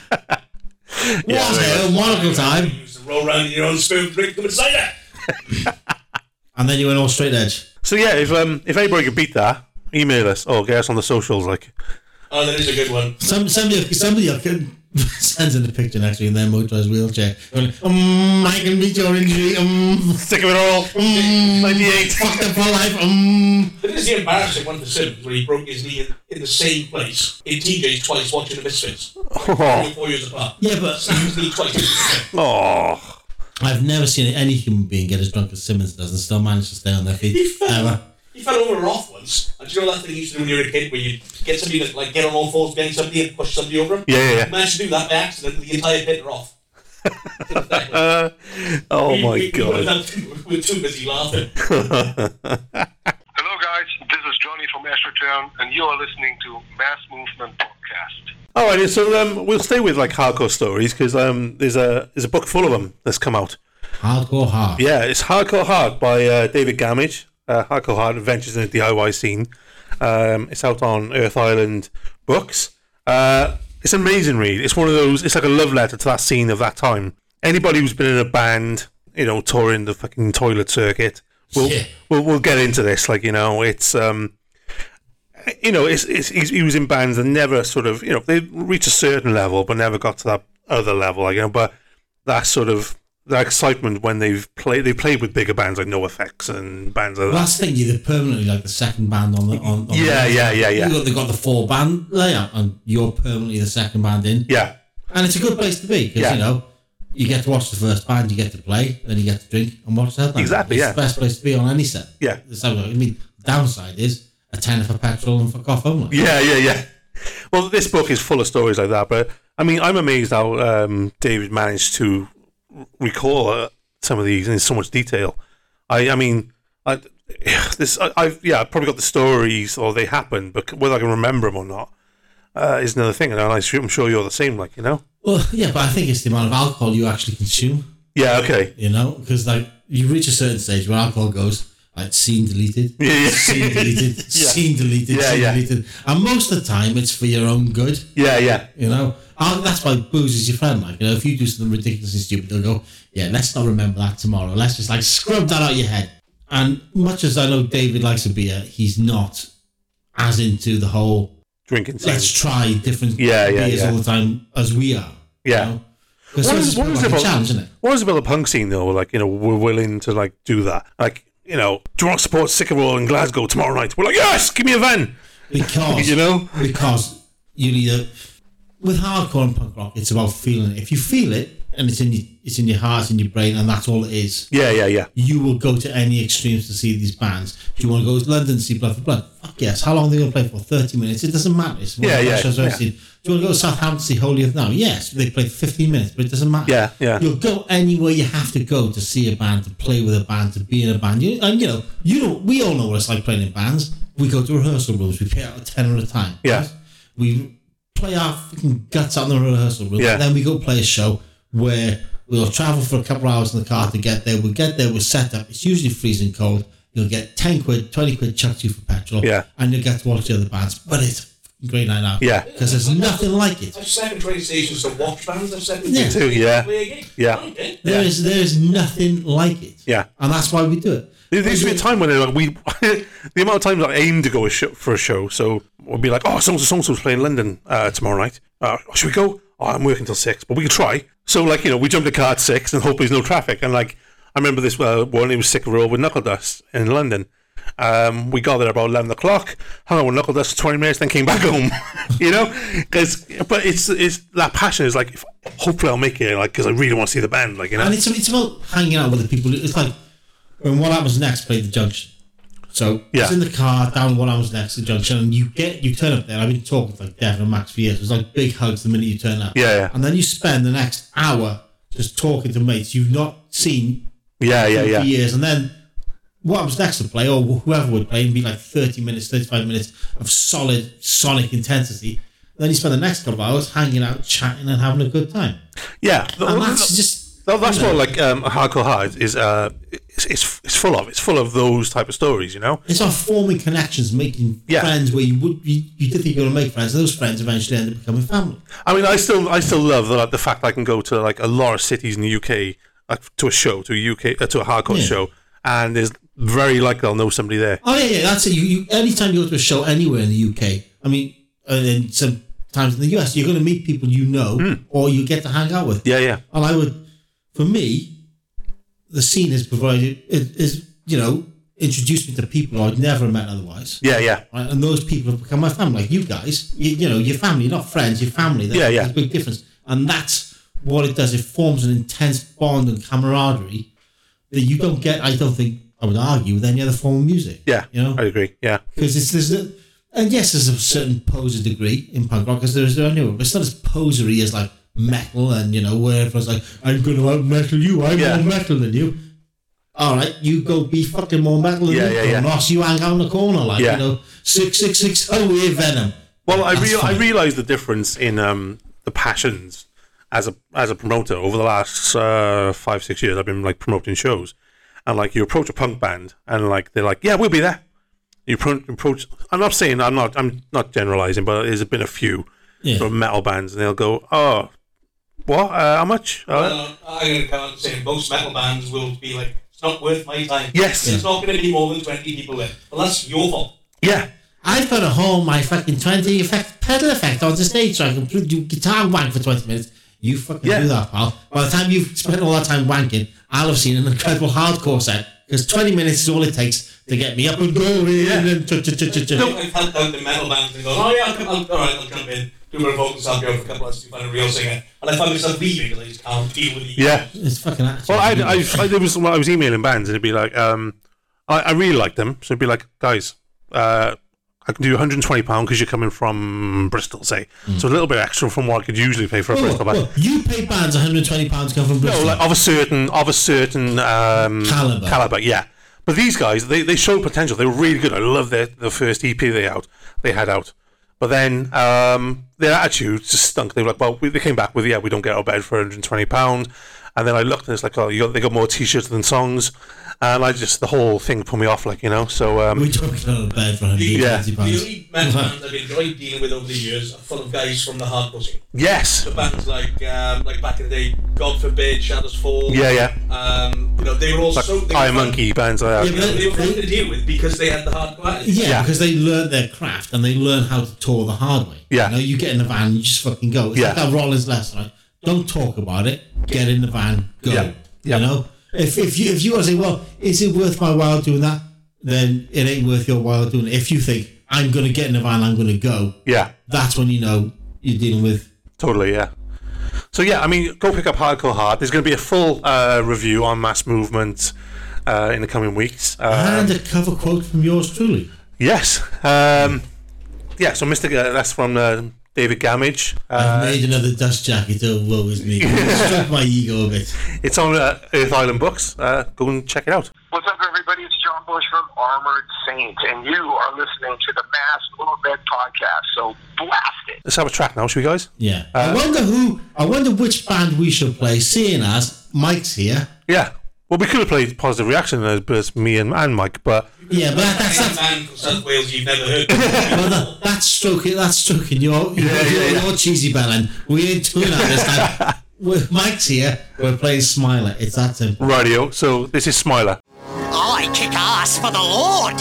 Speaker 2: Was
Speaker 1: Yeah.
Speaker 2: it a monocle time?
Speaker 3: You used to roll around in your own spoon, drink them inside cider.
Speaker 2: And then you went all straight edge.
Speaker 1: So yeah, if um if anybody could beat that, email us or get us on the socials. Like
Speaker 3: Oh, that is a good one.
Speaker 2: Some somebody somebody I could sends in a picture next week in their motorized wheelchair. Going, um, I can beat your injury. Um,
Speaker 1: Sick of it all. Hmm.
Speaker 2: um,
Speaker 1: 98.
Speaker 2: Fuck them for life. Um,
Speaker 3: But this is the embarrassing one for Simmons where he broke his knee in, in the same place in TJ's twice watching the Misfits. Only four years apart.
Speaker 2: yeah, but
Speaker 3: Simmons' knee twice.
Speaker 1: Oh,
Speaker 2: I've never seen any human being get as drunk as Simmons does and still manage to stay on their
Speaker 3: He
Speaker 2: feet. Ever.
Speaker 3: fell, he fell over Roth once. And do you know that thing you used to do when you were a kid where you get somebody that like get on all fours behind somebody and push somebody over him?
Speaker 1: Yeah, yeah, yeah.
Speaker 3: Managed to do that by accident with the entire pit off.
Speaker 1: oh my
Speaker 3: we, We,
Speaker 1: god.
Speaker 3: we were too busy laughing.
Speaker 6: Hello, guys. This is Johnny from Astrotown, and you are listening to Mass Movement Podcast.
Speaker 1: All right, so um, we'll stay with like hardcore stories because um, there's a there's a book full of them that's come out.
Speaker 2: Hardcore hard.
Speaker 1: Yeah, it's Hardcore Hard by uh, David Gamage. Uh, Hardcore Hard Adventures in the DIY Scene. Um, it's out on Earth Island Books. Uh, it's an amazing read. It's one of those. It's like a love letter to that scene of that time. Anybody who's been in a band, you know, touring the fucking toilet circuit, will
Speaker 2: Yeah.
Speaker 1: will will get into this. Like you know, it's um, you know, it's, it's, he's, he was in bands that never sort of, you know, they reached a certain level but never got to that other level, like, you know, but that sort of, that excitement when they've played, they played with bigger bands like No Effects and bands like that.
Speaker 2: Last thing you're permanently like the second band on the on. on the-
Speaker 1: Yeah, yeah, yeah, yeah.
Speaker 2: You got they got the four band layout, and you're permanently the second band in.
Speaker 1: Yeah,
Speaker 2: And it's a good place to be because
Speaker 1: Yeah.
Speaker 2: you know you get to watch the first band, you get to play, then you get to drink and watch that.
Speaker 1: Exactly,
Speaker 2: It's
Speaker 1: yeah.
Speaker 2: the best place to be on any set.
Speaker 1: Yeah.
Speaker 2: So I mean, downside is a tenner for petrol and fuck off home.
Speaker 1: yeah, yeah, yeah. Well, this book is full of stories like that, but I mean, I'm amazed how um, David managed to r- recall uh, some of these in so much detail. I, I mean, I, this, I, I've, yeah, I've probably got the stories or they happened, but whether I can remember them or not uh, is another thing. And I, I'm sure you're the same, like you know.
Speaker 2: Well, yeah, but I think it's the amount of alcohol you actually consume.
Speaker 1: Yeah. Okay.
Speaker 2: You know, because like you reach a certain stage where alcohol goes like scene deleted,
Speaker 1: yeah.
Speaker 2: scene deleted, scene deleted,
Speaker 1: Yeah,
Speaker 2: scene
Speaker 1: yeah.
Speaker 2: deleted, and most of the time it's for your own good.
Speaker 1: Yeah. Yeah.
Speaker 2: You know, Al- that's why booze is your friend. Like, you know, if you do something ridiculously stupid, they'll go, "Yeah, let's not remember that tomorrow. Let's just like scrub that out of your head." And much as I know David likes a beer, he's not as into the whole
Speaker 1: Drinking. scene.
Speaker 2: let's try different
Speaker 1: Yeah, yeah,
Speaker 2: beers
Speaker 1: yeah.
Speaker 2: all the time as we are.
Speaker 1: Yeah.
Speaker 2: You know? 'Cause
Speaker 1: What
Speaker 2: it's
Speaker 1: is, what,
Speaker 2: quite
Speaker 1: is
Speaker 2: like
Speaker 1: it
Speaker 2: a
Speaker 1: about,
Speaker 2: challenge, isn't it?
Speaker 1: what is it about the punk scene though? Like you know, we're willing to like do that. Like you know, do you want to support Sycamore in Glasgow tomorrow night? We're like, yes, give me a van.
Speaker 2: Because
Speaker 1: You know?
Speaker 2: because you need a with hardcore and punk rock, it's about feeling it. If you feel it and it's in your, it's in your heart, in your brain, and that's all it is.
Speaker 1: Yeah, yeah, yeah,
Speaker 2: you will go to any extremes to see these bands. Do you want to go to London to see Blood for Blood? Fuck yes. How long are they going to play for? 30 minutes? It doesn't matter. It's one of
Speaker 1: Yeah,
Speaker 2: the
Speaker 1: yeah,
Speaker 2: best shows I've ever
Speaker 1: yeah.
Speaker 2: seen. Do you want to go to Southampton to see Holy Earth now? Yes. They play 15 minutes, but it doesn't matter.
Speaker 1: Yeah, yeah.
Speaker 2: You'll go anywhere you have to go to see a band, to play with a band, to be in a band. You, and you know, you know, we all know what it's like playing in bands. We go to rehearsal rooms. We play out a tenner at a time.
Speaker 1: Yeah.
Speaker 2: We play our fucking guts out in the rehearsal room.
Speaker 1: Yeah.
Speaker 2: And then we go play a show where we'll travel for a couple of hours in the car to get there. We'll get there, we're set up. It's usually freezing cold. You'll get 10 quid, 20 quid chucked to you for petrol.
Speaker 1: Yeah.
Speaker 2: And you'll get to watch the other bands. But it's a fucking great night out.
Speaker 1: Yeah.
Speaker 2: Because there's nothing like it.
Speaker 3: I've seven train stations to watch bands. I've seven
Speaker 2: Yeah.
Speaker 1: Too, yeah.
Speaker 3: play a game.
Speaker 1: Yeah.
Speaker 3: Okay.
Speaker 2: There is there is nothing like it.
Speaker 1: Yeah.
Speaker 2: And that's why we do it.
Speaker 1: There, there used to be a time when they were like we, the amount of times I aimed to go a sh- for a show, so we'd be like, oh, so so so's playing London uh, tomorrow night. Uh, should we go? Oh, I'm working till six, but we could try. So like you know, we jumped the car at six and hope there's no traffic. And like I remember this uh, one, it was sick of roll with Knuckle Dust in London. Um, we got there about eleven o'clock, hung out with Knuckle Dust for twenty minutes, then came back home. you know, 'Cause- but it's it's that passion is like if, hopefully I'll make it, like because I really want to see the band, like you know.
Speaker 2: And it's, it's about hanging out with the people. It's like when What Happens Next played the Junction. So
Speaker 1: Yeah.
Speaker 2: it's in the car down What Happens Next the Junction, and you get you turn up there. I've been talking to like Devin and Max for years. It's like big hugs the minute you turn up.
Speaker 1: Yeah, yeah.
Speaker 2: And then you spend the next hour just talking to mates you've not seen
Speaker 1: yeah, yeah,
Speaker 2: for
Speaker 1: yeah,
Speaker 2: years, and then. What happens next to play, or whoever would play, and be like 30 minutes, 35 minutes of solid sonic intensity. Then you spend the next couple of hours hanging out, chatting, and having a good time.
Speaker 1: yeah.
Speaker 2: And that's just.
Speaker 1: No, that's what like um, hardcore hard is. Uh, it's, it's it's full of. It's full of those type of stories, you know.
Speaker 2: It's our forming connections, making
Speaker 1: Yeah.
Speaker 2: friends where you would you, you did think you were gonna make friends, and those friends eventually end up becoming family.
Speaker 1: I mean, I still I still love the, like, the fact I can go to like a lot of cities in the UK, like to a show, to a UK, uh, to a hardcore
Speaker 2: Yeah.
Speaker 1: show, and there's very likely I'll know somebody there.
Speaker 2: Oh yeah, yeah, that's it. You, you anytime you go to a show anywhere in the UK, I mean, and then some times in the US. You're going to meet people you know or you get to hang out with.
Speaker 1: Yeah, yeah.
Speaker 2: And I would, for me, the scene is provided, it is, you know, introduced me to people I'd never met otherwise.
Speaker 1: Yeah, yeah.
Speaker 2: Right? And those people have become my family. Like you guys, you, you know, your family, not friends, your family. There's,
Speaker 1: Yeah, yeah.
Speaker 2: There's a big difference. And that's what it does. It forms an intense bond and camaraderie that you don't get, I don't think, I would argue, with any other form of music.
Speaker 1: Yeah.
Speaker 2: You know?
Speaker 1: I agree. Yeah.
Speaker 2: because it's there's a, and yes, there's a certain poser degree in punk rock because there's anyway, but it's not as posery as like metal and you know where everyone's like, I'm gonna out metal you, I'm
Speaker 1: Yeah.
Speaker 2: more metal than you. All right, you go be fucking more metal than
Speaker 1: Yeah,
Speaker 2: you,
Speaker 1: yeah, yeah.
Speaker 2: Ross. You hang out in the corner like
Speaker 1: Yeah.
Speaker 2: you know six six six. Oh, we're Venom.
Speaker 1: Well, I
Speaker 2: That's
Speaker 1: real I
Speaker 2: fine.
Speaker 1: realised the difference in um, the passions as a as a promoter over the last uh, five six years. I've been like promoting shows, and like you approach a punk band, and like they're like, yeah, we'll be there. You pro- approach. I'm not saying I'm not. I'm not generalising, but there's been a few
Speaker 2: Yeah.
Speaker 1: sort of metal bands, and they'll go, oh, what? Uh, how much? Uh,
Speaker 3: Uh, I'm going to come out and say most metal bands will be like, it's not worth my time.
Speaker 1: Yes.
Speaker 3: It's not going to be more than 20 people there. Well, that's your fault.
Speaker 1: yeah,
Speaker 2: I've got to hold my fucking twenty effect pedal effect on the stage so I can do guitar wank for twenty minutes. You fucking
Speaker 1: Yeah.
Speaker 2: do that, pal. By the time you've spent all that time wanking, I'll have seen an incredible hardcore set because twenty minutes is all it takes to get me up and going. And then tu- tu- tu- tu- tu.
Speaker 3: No, I've had out the metal bands and go, oh yeah, I'll come, I'll, all right, I'll jump in, do my vocals, I'll go for a couple of hours to find a real singer. And I found myself leaving because I just can't deal with it.
Speaker 1: yeah.
Speaker 2: It's fucking. actually-
Speaker 1: Well, I, I, I there was well, I was emailing bands and it'd be like, um, I, I really like them, so it'd be like, guys, uh, I can do 120 pound because you're coming from Bristol, say, so a little bit extra from what I could usually pay for a
Speaker 2: Look,
Speaker 1: Bristol band.
Speaker 2: look, you pay bands 120 pounds come from
Speaker 1: No,
Speaker 2: Bristol.
Speaker 1: like of a certain of a certain um,
Speaker 2: Caliber.
Speaker 1: Caliber, yeah. But these guys, they, they showed potential. They were really good. I love their the first EP they out they had out. But then um, their attitude just stunk. They were like, well, we, they came back with yeah, we don't get out of bed for 120 pound. And then I looked and it's like, oh, you got, they got more t-shirts than songs. And I just the whole thing put me off, like you know. So um,
Speaker 2: we don't get out of bed for 120
Speaker 1: Yeah.
Speaker 3: The
Speaker 2: pounds.
Speaker 3: only metal bands I've enjoyed dealing with over the years are full of guys from the hardcore scene.
Speaker 1: yes,
Speaker 3: The bands like, um, like back in the day, God Forbid, Shadows Fall.
Speaker 1: yeah, yeah,
Speaker 3: Um, you know, they were all
Speaker 1: like
Speaker 3: so... they were
Speaker 1: Iron
Speaker 3: fun-
Speaker 1: Monkey bands like that.
Speaker 3: You know, they were fun to deal with because they had the hardcore attitude.
Speaker 2: Yeah,
Speaker 1: Yeah.
Speaker 2: because they learn their craft and they learn how to tour the hard way.
Speaker 1: Yeah.
Speaker 2: You know, you get in the van, you just fucking go. It's
Speaker 1: Yeah.
Speaker 2: like that Rollins lesson, right? Don't talk about it. Get in the van, go.
Speaker 1: Yeah. Yeah.
Speaker 2: You know? If, if you if you want to say, well, is it worth my while doing that? Then it ain't worth your while doing it. If you think, I'm going to get in the van, I'm going to go,
Speaker 1: yeah.
Speaker 2: that's when you know you're dealing with.
Speaker 1: Totally, yeah. So yeah, I mean, go pick up Hardcore Hard. There's going to be a full uh, review on Mass Movement uh, in the coming weeks. Uh,
Speaker 2: and a cover quote from yours truly.
Speaker 1: yes, um, yeah. So Mr. G- that's from uh, David Gamage.
Speaker 2: I've
Speaker 1: Uh,
Speaker 2: made another dust jacket. Oh, woe is me. It struck my ego a bit.
Speaker 1: it's on uh, Earth Island Books. Uh, go and check it out.
Speaker 6: What's up, everybody? It's John Bush from Armored Saint, and you are listening to the Mass Movement Podcast. So blast it.
Speaker 1: Let's have a track now, shall we, guys?
Speaker 2: Yeah.
Speaker 1: Uh,
Speaker 2: I wonder who. I wonder which band we should play. Seeing as Mike's here.
Speaker 1: Yeah. Well, we could have played Positive Reaction as both me and, and Mike, but
Speaker 2: Yeah, but that, that's
Speaker 3: That's a
Speaker 2: that's,
Speaker 3: man from South Wales you've never heard of.
Speaker 2: well, that, that's stroking. That's stroking your your,
Speaker 1: yeah,
Speaker 2: your,
Speaker 1: yeah.
Speaker 2: your cheesy bellend. We ain't doing that this time. We're, Mike's here. We're playing Smiler. It's that um, simple.
Speaker 1: radio. So this is Smiler.
Speaker 7: I kick ass for the Lord.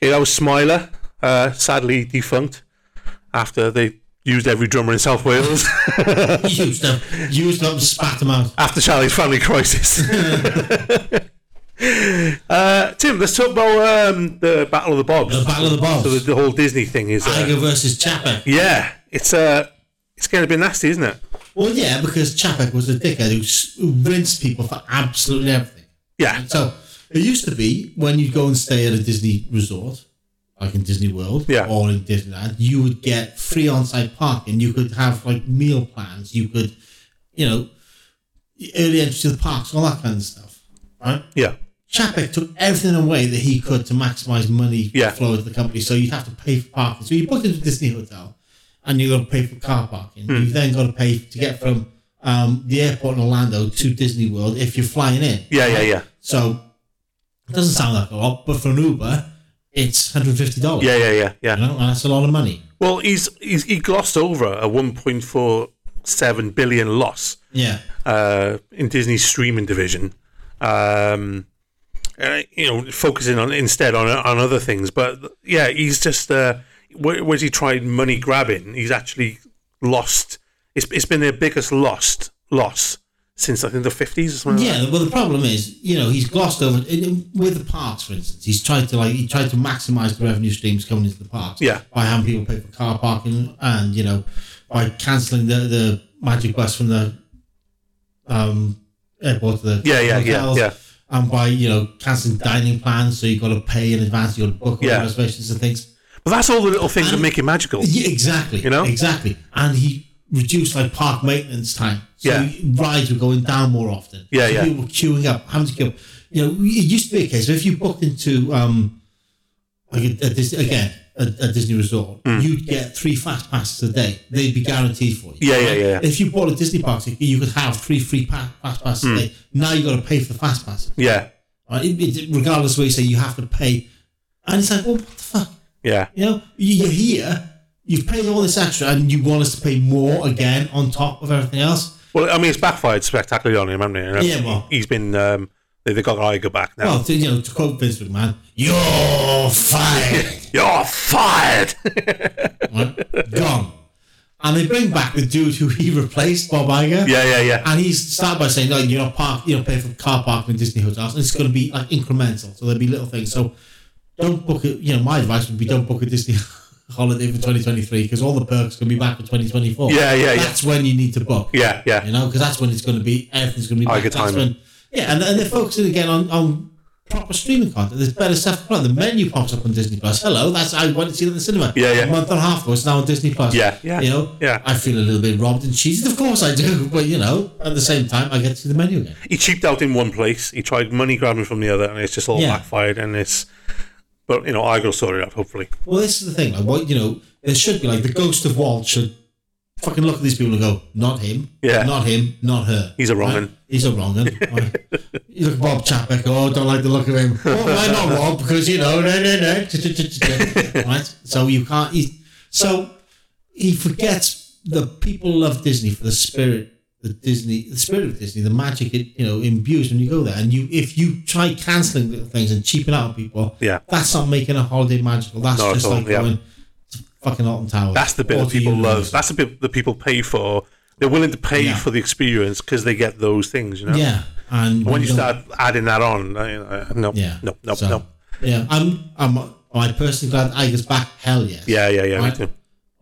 Speaker 1: Yeah, that was Smiler, uh, sadly defunct after they used every drummer in South Wales
Speaker 2: used them, used them, spat them out.
Speaker 1: after Charlie's family crisis. uh, Tim, let's talk about um, the Battle of the Bobs.
Speaker 2: The Battle of the Bobs.
Speaker 1: So uh, the, the whole Disney thing is. Uh,
Speaker 2: Tiger versus Chapek.
Speaker 1: yeah, it's uh, it's going to be nasty, isn't it?
Speaker 2: Well, yeah, because Chapek was a dickhead who, s- who rinsed people for absolutely everything.
Speaker 1: Yeah,
Speaker 2: So it used to be when you'd go and stay at a Disney resort, like in Disney World
Speaker 1: Yeah.
Speaker 2: or in Disneyland, you would get free on-site parking. You could have like meal plans. You could, you know, early entry to the parks, all that kind of stuff. Right?
Speaker 1: yeah,
Speaker 2: Chapek took everything away that he could to maximize money
Speaker 1: Yeah.
Speaker 2: flow to the company. So you'd have to pay for parking. So you booked into a Disney hotel and you're going to pay for car parking.
Speaker 1: Hmm.
Speaker 2: You've then got to pay to get from um, the airport in Orlando to Disney World if you're flying in.
Speaker 1: yeah, yeah, yeah,
Speaker 2: So it doesn't sound like a lot, but for an Uber, it's $150.
Speaker 1: yeah, yeah, yeah, yeah.
Speaker 2: You know, and that's a lot of money.
Speaker 1: Well, he's, he's he glossed over a 1.47 billion loss
Speaker 2: Yeah.
Speaker 1: uh, in Disney's streaming division. Um, uh, you know, focusing on instead on on other things. But yeah, he's just uh, where, where's he tried money grabbing? He's actually lost. It's it's been their biggest lost loss since I think the 50s or something. like that.
Speaker 2: Yeah, well, the problem is, you know, he's glossed over in- in- with the parks, for instance. He's tried to like he tried to maximize the revenue streams coming into the parks.
Speaker 1: Yeah.
Speaker 2: by having people pay for car parking and you know by cancelling the the magic bus from the um airport to the
Speaker 1: Yeah, yeah, yeah,
Speaker 2: hotels,
Speaker 1: yeah.
Speaker 2: And by you know cancelling dining plans, so you got to pay in advance, you got to book all
Speaker 1: Yeah.
Speaker 2: the reservations and things.
Speaker 1: But that's all the little things that make it magical.
Speaker 2: Yeah, exactly.
Speaker 1: You know?
Speaker 2: exactly. And he reduced like park maintenance time. So
Speaker 1: Yeah.
Speaker 2: rides were going down more often.
Speaker 1: Yeah,
Speaker 2: so
Speaker 1: yeah.
Speaker 2: People were queuing up, having to queue. up. You know, it used to be a case if you booked into um, like a, a Disney, again a, a Disney resort,
Speaker 1: Mm.
Speaker 2: you'd get three fast passes a day. They'd be guaranteed for you.
Speaker 1: Yeah, yeah, yeah, yeah.
Speaker 2: If you bought a Disney park ticket, you could have three free pa- fast passes
Speaker 1: Mm.
Speaker 2: a day. Now you got to pay for the fast passes.
Speaker 1: Yeah,
Speaker 2: Right? It- it- regardless of what you say, you have to pay. And it's like, well, what the fuck?
Speaker 1: yeah,
Speaker 2: You know, you- you're here, you've paid all this extra, and you want us to pay more again on top of everything else.
Speaker 1: Well, I mean, it's backfired spectacularly on him, hasn't it?
Speaker 2: Yeah, well-
Speaker 1: he's been. Um, they- they've got Iger back now.
Speaker 2: Well, Oh, to, you know, to quote Vince McMahon, "You're fired,
Speaker 1: You're fired.
Speaker 2: Right? gone." And they bring back the dude who he replaced, Bob Iger.
Speaker 1: yeah, yeah, yeah,
Speaker 2: And he's started by saying, like, you're not park, you know, pay for car parking in Disney hotels. And it's going to be like incremental. So there'll be little things. So don't book it. You know, my advice would be don't book a Disney holiday for 2023 because all the perks can be back for 2024.
Speaker 1: Yeah, yeah, yeah.
Speaker 2: That's when you need to book.
Speaker 1: yeah,
Speaker 2: you
Speaker 1: yeah, Oh,
Speaker 2: know, because that's when it's going to be everything's going to be.
Speaker 1: I
Speaker 2: back.
Speaker 1: could
Speaker 2: That's
Speaker 1: time it.
Speaker 2: when- yeah, and, and they're focusing again on, on proper streaming content. There's better stuff. Well, the menu pops up on Disney Plus. Hello, that's I went to see it in the cinema.
Speaker 1: Yeah, yeah.
Speaker 2: A month and a half ago, it's now on Disney Plus.
Speaker 1: Yeah, yeah,
Speaker 2: You know,
Speaker 1: yeah.
Speaker 2: I feel a little bit robbed and cheated. Of course I do, but you know, at the same time, I get to see the menu again.
Speaker 1: He cheaped out in one place. He tried money grabbing from the other, and it's just all
Speaker 2: Yeah.
Speaker 1: backfired. And it's, but you know, Iger will sort it out. Hopefully,
Speaker 2: Well, this is the thing. Like, what you know, there should be like the ghost of Walt should fucking look at these people and go, not him.
Speaker 1: Yeah.
Speaker 2: Not him. Not her.
Speaker 1: He's a wrong
Speaker 2: Right?
Speaker 1: un.
Speaker 2: He's a wrong un. Right. You look at Bob Chapek. Oh, don't like the look of him. Oh, why not Bob? Because you know, no, no, no. right. So you can't. He, so he forgets the people love Disney for the spirit. The Disney, the spirit of Disney, the magic it you know imbues when you go there, and you if you try cancelling little things and cheaping out on people,
Speaker 1: Yeah.
Speaker 2: that's not making a holiday magical. That's
Speaker 1: Not at
Speaker 2: just
Speaker 1: all,
Speaker 2: like
Speaker 1: yeah.
Speaker 2: going to fucking Alton Towers.
Speaker 1: that's the bit
Speaker 2: Or
Speaker 1: that people
Speaker 2: to
Speaker 1: love.
Speaker 2: Universe.
Speaker 1: That's the bit that people pay for. They're willing to pay
Speaker 2: Yeah.
Speaker 1: for the experience because they get those things. You know,
Speaker 2: Yeah, and
Speaker 1: When you
Speaker 2: don't-
Speaker 1: start adding that on, uh, I, I, no,
Speaker 2: Yeah.
Speaker 1: no, no,
Speaker 2: So,
Speaker 1: no,
Speaker 2: Yeah, I'm. I'm. Am I personally glad Iger's back? Hell yes.
Speaker 1: yeah, yeah, yeah, me
Speaker 2: Right.
Speaker 1: too.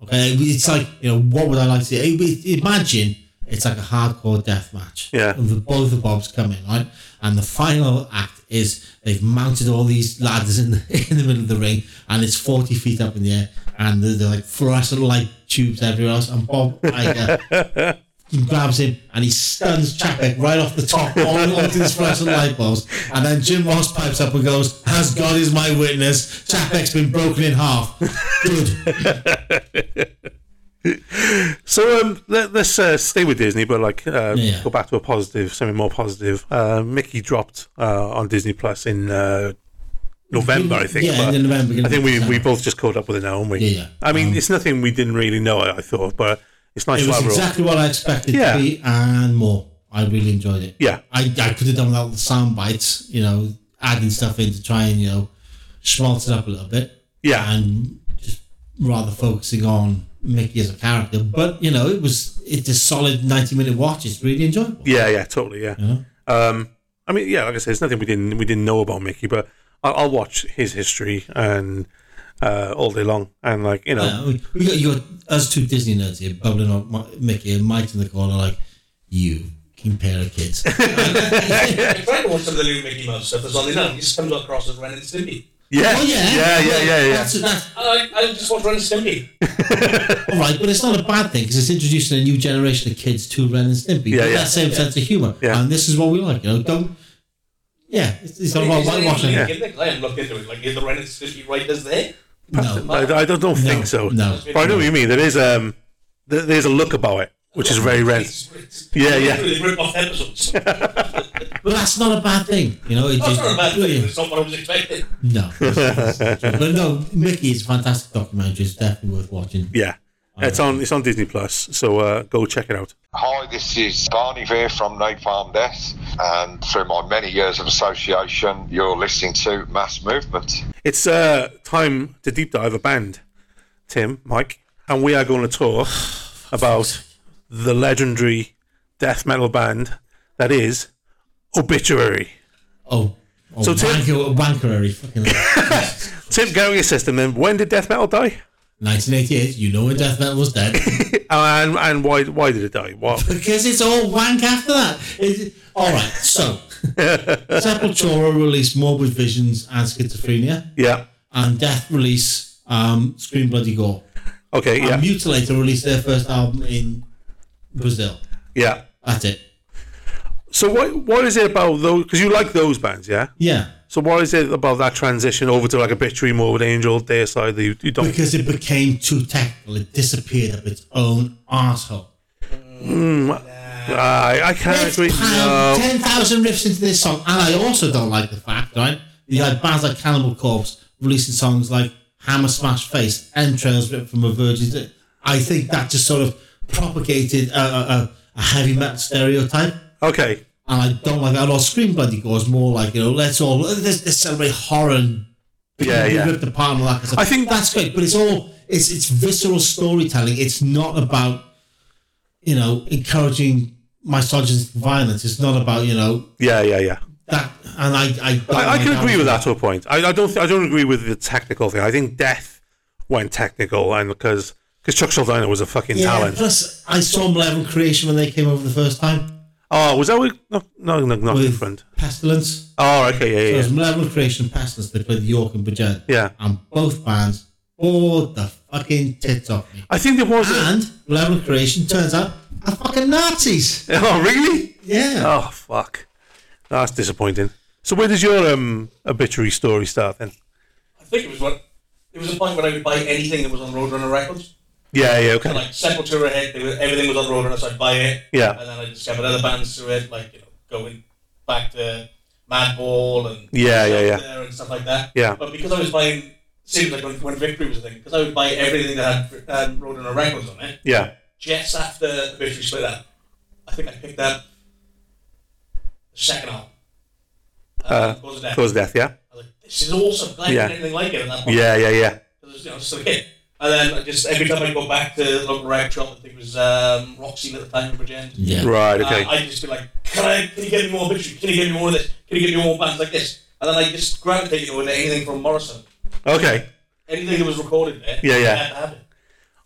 Speaker 2: Okay. It's like you know what would I like to see? It- it- Imagine it's like a hardcore death match.
Speaker 1: Yeah.
Speaker 2: And the, both the Bobs come in right, and the final act is they've mounted all these ladders in the, in the middle of the ring, and it's forty feet up in the air, and they're, they're like fluorescent light tubes everywhere else, and Bob Iger. He grabs him and he stuns Chapek right off the top on, onto his fluorescent light bulbs. And then Jim Ross pipes up and goes, As God is my witness, Chapek's been broken in half. Good.
Speaker 1: So um, let, let's uh, stay with Disney, but like uh,
Speaker 2: Yeah.
Speaker 1: go back to a positive, something more positive. Uh, Mickey dropped uh, on Disney Plus in uh, November, I think.
Speaker 2: Yeah,
Speaker 1: but
Speaker 2: in November, beginning
Speaker 1: I think we
Speaker 2: of
Speaker 1: we
Speaker 2: December.
Speaker 1: both just caught up with it now, haven't we?
Speaker 2: uh, Yeah, yeah.
Speaker 1: I mean, it's nothing we didn't really know. I, I thought, but it's nice.
Speaker 2: It
Speaker 1: to
Speaker 2: was
Speaker 1: have all-
Speaker 2: exactly what I expected
Speaker 1: Yeah.
Speaker 2: to be and more. I really enjoyed it.
Speaker 1: Yeah.
Speaker 2: I, I could have done without the sound bites, you know, adding stuff in to try and, you know, schmaltz it up a little bit.
Speaker 1: Yeah.
Speaker 2: and just rather focusing on Mickey as a character. But you know, it was it's a solid ninety minute watch. It's really enjoyable.
Speaker 1: Yeah, yeah, totally, yeah.
Speaker 2: Yeah.
Speaker 1: Um, I mean, yeah, like I said, there's nothing we didn't we didn't know about Mickey, but I'll, I'll watch his history and uh, all day long, and like you know,
Speaker 2: Uh, we, we got you got us two Disney nerds here bubbling on Mi- Mickey and Mike in the corner like you compare of kids.
Speaker 3: I tried to watch some of the new Mickey Mouse stuff that's on his own. He just comes across as Ren and Stimpy.
Speaker 1: yeah,
Speaker 2: Oh yeah,
Speaker 1: yeah, yeah, yeah, yeah.
Speaker 2: That's, that's
Speaker 3: I, I just watch Ren and Stimpy.
Speaker 2: all right, but it's not a bad thing because it's introducing a new generation of kids to Ren and Stimpy
Speaker 1: Yeah,
Speaker 2: with
Speaker 1: yeah.
Speaker 2: that same sense of humor.
Speaker 1: Yeah.
Speaker 2: And this is what we like, you know. Don't. Yeah, it's, it's not about
Speaker 3: Is there any
Speaker 2: whitewashing.
Speaker 3: link in there? 'Cause I haven't looked into it. Like, is the Ren and Stimpy writers there?
Speaker 2: No, no,
Speaker 1: I, I don't, don't think so.
Speaker 2: No,
Speaker 1: But I know what you mean. There is um, there, there's a look about it which is very rare. Yeah, yeah.
Speaker 3: They rip off episodes.
Speaker 2: but that's not a bad thing, you know. It
Speaker 3: That's
Speaker 2: just,
Speaker 3: not a bad
Speaker 2: Yeah.
Speaker 3: thing. It's not what I was expecting.
Speaker 2: No. but no, Mickey is a fantastic documentary. It's definitely worth watching.
Speaker 1: Yeah, it's on it's on Disney Plus, so uh, go check it out.
Speaker 8: Hi, this is Barney Veer from No Farm Death, and through my many years of association, you're listening to Mass Movement.
Speaker 1: It's uh, time to deep dive a band, Tim, Mike, and we are going to talk about the legendary death metal band that is Obituary.
Speaker 2: Oh, oh
Speaker 1: So
Speaker 2: so
Speaker 1: Tim-
Speaker 2: wanker, wankery. Fucking
Speaker 1: Tim, go your system. Then when did death metal die,
Speaker 2: 1988, you know when death metal was dead.
Speaker 1: and and why why did it die? What?
Speaker 2: because it's all wank after that. It- all right, so Sepultura released Morbid Visions and Schizophrenia,
Speaker 1: Yeah.
Speaker 2: and Death released um, Scream Bloody Gore.
Speaker 1: Okay.
Speaker 2: And
Speaker 1: Yeah.
Speaker 2: Mutilator released their first album in Brazil.
Speaker 1: Yeah.
Speaker 2: That's it.
Speaker 1: So what what is it about those? Because you like those bands, yeah.
Speaker 2: Yeah.
Speaker 1: So what is it about that transition over to like obituary, morbid angel, deicide that you, you don't?
Speaker 2: Because it became too technical, it disappeared up its own arsehole.
Speaker 1: I, I can't
Speaker 2: Let's
Speaker 1: agree. No.
Speaker 2: pound 10,000 riffs into this song. And I also don't like the fact, right? You had bands like Cannibal Corpse releasing songs like Hammer Smash Face, Entrails Ripped from a Virgin. I think that just sort of propagated a, a, a- a heavy metal stereotype.
Speaker 1: Okay.
Speaker 2: And I don't like that. Or Scream Bloody Gore is more like, you know, let's all, let's, let's celebrate horror and
Speaker 1: Yeah.
Speaker 2: be
Speaker 1: Yeah.
Speaker 2: ripped apart and all that kind of stuff.
Speaker 1: I think-
Speaker 2: that's great, but it's all it's it's visceral storytelling. It's not about you know encouraging misogynistic violence. It's not about you know
Speaker 1: Yeah. Yeah. Yeah.
Speaker 2: that. And I I don't
Speaker 1: I, I
Speaker 2: like
Speaker 1: can
Speaker 2: that.
Speaker 1: agree with that to a point. I, I don't. Th- I don't agree with the technical thing. I think death went technical, and because because Chuck Schuldiner was a fucking
Speaker 2: Yeah,
Speaker 1: talent.
Speaker 2: plus I saw Malevolent Creation when they came over the first time
Speaker 1: Oh, was that with, no no no not
Speaker 2: with
Speaker 1: different?
Speaker 2: Pestilence.
Speaker 1: Oh, okay,
Speaker 2: It
Speaker 1: yeah, yeah,
Speaker 2: was Malevolent Creation and Pestilence. They played the York and Bajan.
Speaker 1: Yeah.
Speaker 2: and both bands bored the fucking tits off me.
Speaker 1: I think there was.
Speaker 2: And Malevolent Creation turns out are fucking Nazis.
Speaker 1: oh, really?
Speaker 2: Yeah.
Speaker 1: Oh, fuck. That's disappointing. So, where does your um obituary story start then?
Speaker 3: I think it was what. It was a point where I would buy anything that was on Roadrunner Records.
Speaker 1: Yeah, yeah,
Speaker 3: And,
Speaker 1: okay.
Speaker 3: like Sepultura hit, they were, everything was on Roadrunner, so I'd buy it.
Speaker 1: Yeah.
Speaker 3: And then I discovered other bands through it, like, you know, going back to Madball and
Speaker 1: Yeah, yeah, yeah.
Speaker 3: There and stuff like that.
Speaker 1: Yeah.
Speaker 3: But because I was buying, seems like when, when Victory was a thing, because I would buy everything that had um, Roadrunner Records on it,
Speaker 1: Yeah,
Speaker 3: just after Victory split up, I think I picked up the second album. Um,
Speaker 1: Uh,
Speaker 3: Cause of Death.
Speaker 1: cause death. Yeah,
Speaker 3: I was like, this is awesome. I
Speaker 1: Yeah.
Speaker 3: didn't anything like it at that point.
Speaker 1: yeah, yeah, yeah.
Speaker 3: Because it was, you know, still a kid. And then I just every time I go back to the local rag shop, I think it was um, Roxy at the time in Bridgend.
Speaker 2: yeah.
Speaker 1: Right, okay.
Speaker 3: Uh, I just be like, can I? Can you get me more pictures? Can you get me more of this? Can you get me more bands like this? And then I just gravitated over anything from Morrison,
Speaker 1: okay.
Speaker 3: anything that was recorded there.
Speaker 1: Yeah, yeah.
Speaker 3: I had to have it.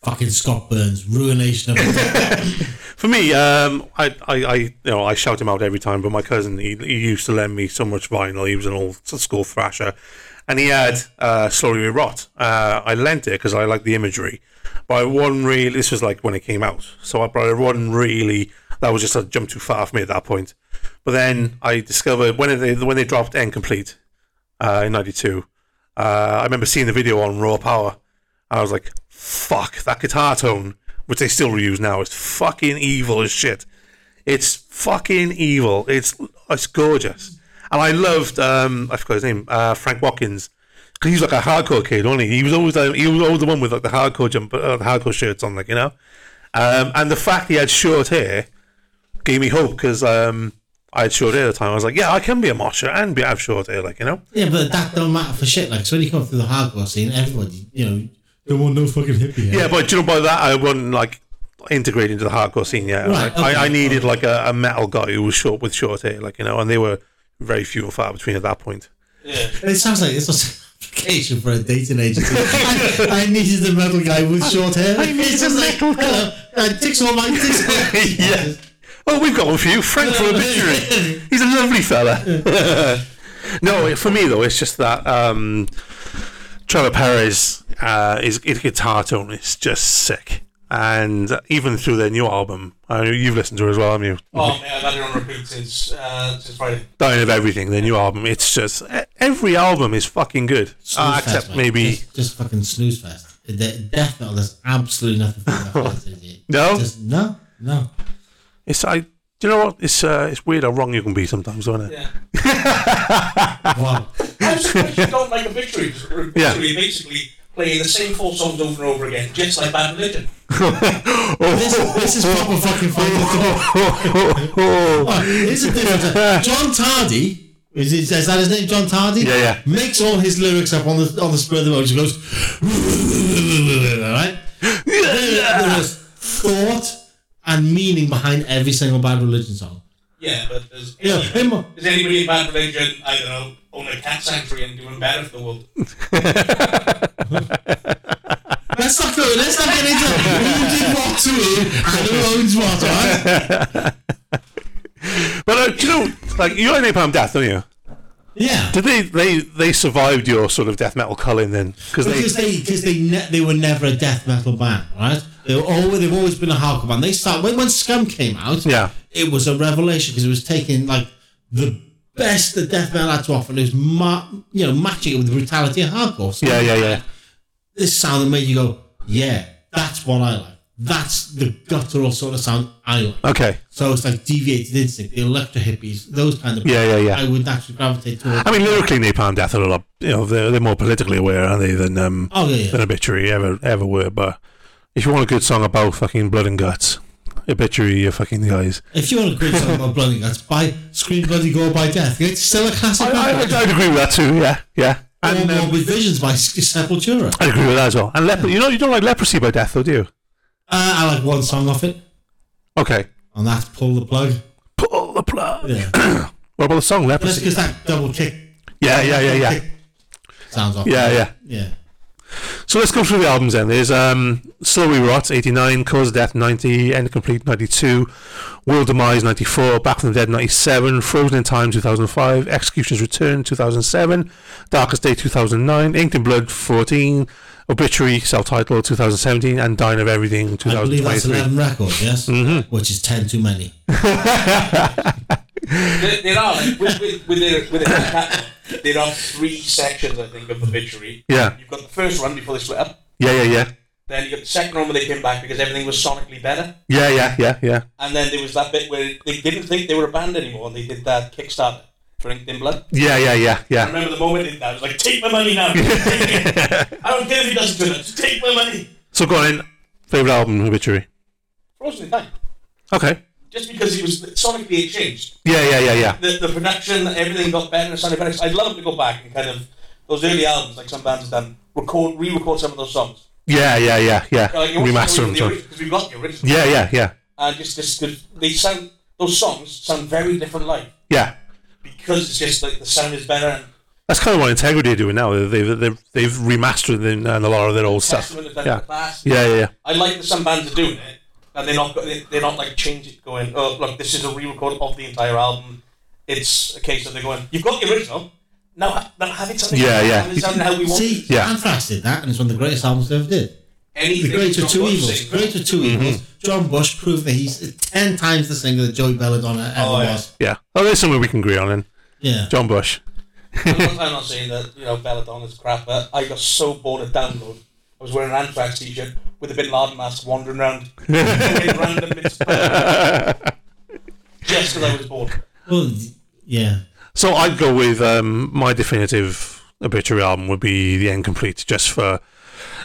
Speaker 2: fucking Scott Burns, ruination of
Speaker 1: For me, um, I, I, I, you know, I shout him out every time. But my cousin, he, he used to lend me so much vinyl. He was an old school thrasher, and he had uh, "Slowly We Rot." Uh, I lent it because I liked the imagery, but I wasn't really. This was like when it came out, so I, but I wasn't really. That was just a jump too far for me at that point. But then I discovered when they when they dropped "Incomplete" uh, in '92. Uh, I remember seeing the video on Raw Power. I was like, fuck, that guitar tone, which they still reuse now, is fucking evil as shit. It's fucking evil. It's it's gorgeous. And I loved, um, I forgot his name, uh, Frank Watkins. Because he's like a hardcore kid, wasn't he? He was always uh, he was always the one with like the hardcore jump, uh, the hardcore shirts on, like you know. Um, and the fact he had short hair gave me hope because um, I had short hair at the time. I was like, yeah, I can be a marcher and be have short hair, like you know.
Speaker 2: Yeah, but that don't matter for shit. Like, so when you come through the hardcore scene, everybody, you know, don't want no fucking hippie.
Speaker 1: Yeah, but do you know by that I wasn't like integrated into the hardcore scene. Yeah,
Speaker 2: Right,
Speaker 1: Like, I, I
Speaker 2: okay.
Speaker 1: needed like a, a metal guy who was short with short hair, like you know, and they were very few and far between at that point.
Speaker 3: Yeah.
Speaker 2: It sounds like this was an application for a dating agency. I, I needed the metal guy with short hair. I
Speaker 1: needed a metal guy.
Speaker 2: I uh, ticks all my ticks.
Speaker 1: yeah. Oh, we've got one for you, Frank from Obituary. He's a lovely fella. no, for me though, it's just that um, Trevor Perez, uh, his, his guitar tone is just sick, and even through their new album, I know you've listened to it as well, haven't you?
Speaker 3: Oh, man, I've had it on repeat since, uh, since Friday.
Speaker 1: Dying of Everything, their new album. It's just e- every album is fucking good, uh,
Speaker 2: Snooze fest,
Speaker 1: except
Speaker 2: mate.
Speaker 1: maybe
Speaker 2: Just, just fucking snooze fest. The death metal, there's absolutely nothing for that. fest, is it?
Speaker 1: No?
Speaker 2: Just, no, no.
Speaker 1: it's I. Do you know what? It's uh, it's weird how wrong you can be sometimes, isn't it?
Speaker 3: Yeah.
Speaker 2: Wow.
Speaker 3: I'm surprised you don't like Obituary. because Obituary
Speaker 1: Yeah.
Speaker 3: basically playing the same four songs over and over again, just like Bad Religion.
Speaker 2: This, this is proper fucking fun.
Speaker 1: yeah,
Speaker 2: Oh, here's the difference. John Tardy. Is, it, is that his name, John Tardy?
Speaker 1: Yeah, yeah.
Speaker 2: Makes all his lyrics up on the on the spur of the moment. He goes, all right. There was thought and meaning behind every single Bad Religion song.
Speaker 3: Yeah, but there's
Speaker 2: Yeah, him. up.
Speaker 3: Is anybody in Bad Religion, I don't know, own a cat sanctuary and doing better for the world?
Speaker 2: Let's not go. Let's not get into who did what to who and who owns what. all Right?
Speaker 1: but uh, do you know, like you like Napalm Death, don't you?
Speaker 2: Yeah.
Speaker 1: Did they they they survived your sort of death metal culling then? Because they
Speaker 2: Because they, because they, ne- they were never a death metal band, right? They were always, they've always been a hardcore band. They start when, when Scum came out.
Speaker 1: Yeah.
Speaker 2: it was a revelation because it was taking like the best that death metal had to offer, and it was ma- you know matching it with the brutality of hardcore. So
Speaker 1: yeah yeah yeah
Speaker 2: This sound that made you go, yeah, that's what I like. That's the guttural sort of sound I like.
Speaker 1: okay.
Speaker 2: So it's like deviated instinct, the electro hippies, those kind of
Speaker 1: Yeah, yeah, yeah.
Speaker 2: I would naturally gravitate towards.
Speaker 1: I mean, lyrically, Napalm Death are a lot. You know, they're, they're more politically aware, aren't they, than um
Speaker 2: oh yeah,
Speaker 1: than
Speaker 2: yeah.
Speaker 1: Obituary ever ever were. But if you want a good song about fucking blood and guts, Obituary, you're fucking guys.
Speaker 2: If you want a great song about bloody guts, by scream bloody gore by death. It's still a classic.
Speaker 1: I, I,
Speaker 2: record.
Speaker 1: I'd agree with that too. Yeah, yeah. And
Speaker 2: or
Speaker 1: um,
Speaker 2: Morbid Visions by Sepultura.
Speaker 1: I agree with that as well. And lep- you know, you don't like Leprosy by Death, though, do you?
Speaker 2: Uh, I like one song off it,
Speaker 1: Okay.
Speaker 2: and that's pull the plug.
Speaker 1: Pull the plug.
Speaker 2: Yeah.
Speaker 1: What about the song
Speaker 2: That's
Speaker 1: Leprosy?
Speaker 2: because that double kick.
Speaker 1: Yeah, yeah, yeah, yeah,
Speaker 2: kick Sounds off.
Speaker 1: yeah, yeah.
Speaker 2: Yeah.
Speaker 1: So let's go through the albums then. There's um, Slow We Rot, 89, Cause of Death, 90, End Complete, 92, World Demise, 94, Back from the Dead, 97, Frozen in Time, 2005, Execution's Return, 2007, Darkest Day, 2009, Inked in Blood, 14, Obituary, self-titled, 2017, and Dying of Everything,
Speaker 2: I believe that's
Speaker 1: 2023.
Speaker 2: 11 records, yes? Mm-hmm. Which is 10 too many.
Speaker 3: There, there are, like, with, with, with, their, with their catalog, there are three sections, I think, of Obituary.
Speaker 1: Yeah,
Speaker 3: You've got the first one before they split up,
Speaker 1: yeah, yeah, yeah.
Speaker 3: then you got the second one where they came back because everything was sonically better,
Speaker 1: Yeah, yeah, yeah, yeah.
Speaker 3: and then there was that bit where they didn't think they were a band anymore and they did that Kickstarter for Inked in Blood.
Speaker 1: Yeah, yeah, yeah,
Speaker 3: I
Speaker 1: yeah.
Speaker 3: remember the moment they did that, I was like, take my money now! Take it. I don't care if he doesn't do that, just take my money!
Speaker 1: So go on in. Favourite album, Obituary.
Speaker 3: Frozen in time.
Speaker 1: Okay.
Speaker 3: Just because it was sonically it changed.
Speaker 1: Yeah, yeah, yeah, yeah.
Speaker 3: the, the production, everything got better and sounded better. I'd love to go back and kind of those early albums, like some bands have done, record, re-record some of those songs.
Speaker 1: Yeah, yeah, yeah, yeah.
Speaker 3: Like,
Speaker 1: Remaster them. so-
Speaker 3: because we've got the original.
Speaker 1: Yeah, yeah, yeah,
Speaker 3: And Uh, just this, cause they sound those songs sound very different live
Speaker 1: yeah.
Speaker 3: because it's just like the sound is better. And
Speaker 1: That's kind of what Integrity are doing now. They've they've, they've remastered them and a lot of their old stuff.
Speaker 3: Testament have done it in
Speaker 1: Yeah,
Speaker 3: the past.
Speaker 1: yeah, yeah, yeah.
Speaker 3: I like that some bands are doing it and they're not they- they're not like changing going. Oh look, this is a re-record of the entire album. It's a case of they're going. You've got the original. Now, ha- now have it sounding.
Speaker 1: Yeah, yeah.
Speaker 3: Have it sounding how we want.
Speaker 2: See,
Speaker 3: it.
Speaker 1: Yeah.
Speaker 2: Anthrax did that, and it's one of the greatest albums they ever did. The
Speaker 3: Anything
Speaker 2: Greater
Speaker 3: John
Speaker 2: Two
Speaker 3: Bush
Speaker 2: Evils.
Speaker 3: sings.
Speaker 2: Greater Two
Speaker 1: Mm-hmm.
Speaker 2: Evils. John Bush proved that he's 10 times the singer that Joey Belladonna ever
Speaker 3: Oh, yeah.
Speaker 2: was.
Speaker 1: Yeah. Oh, there's somewhere we can agree on. Then
Speaker 2: Yeah.
Speaker 1: John Bush.
Speaker 3: I'm not, I'm not saying that you know Belladonna's crap, but I got so bored of download. I was wearing an Anthrax t-shirt with a Bin Laden mask, wandering around, doing random bits of Belladonna. just because I was bored.
Speaker 2: Well, yeah.
Speaker 1: So I'd go with um, my definitive obituary album would be The End Complete, just for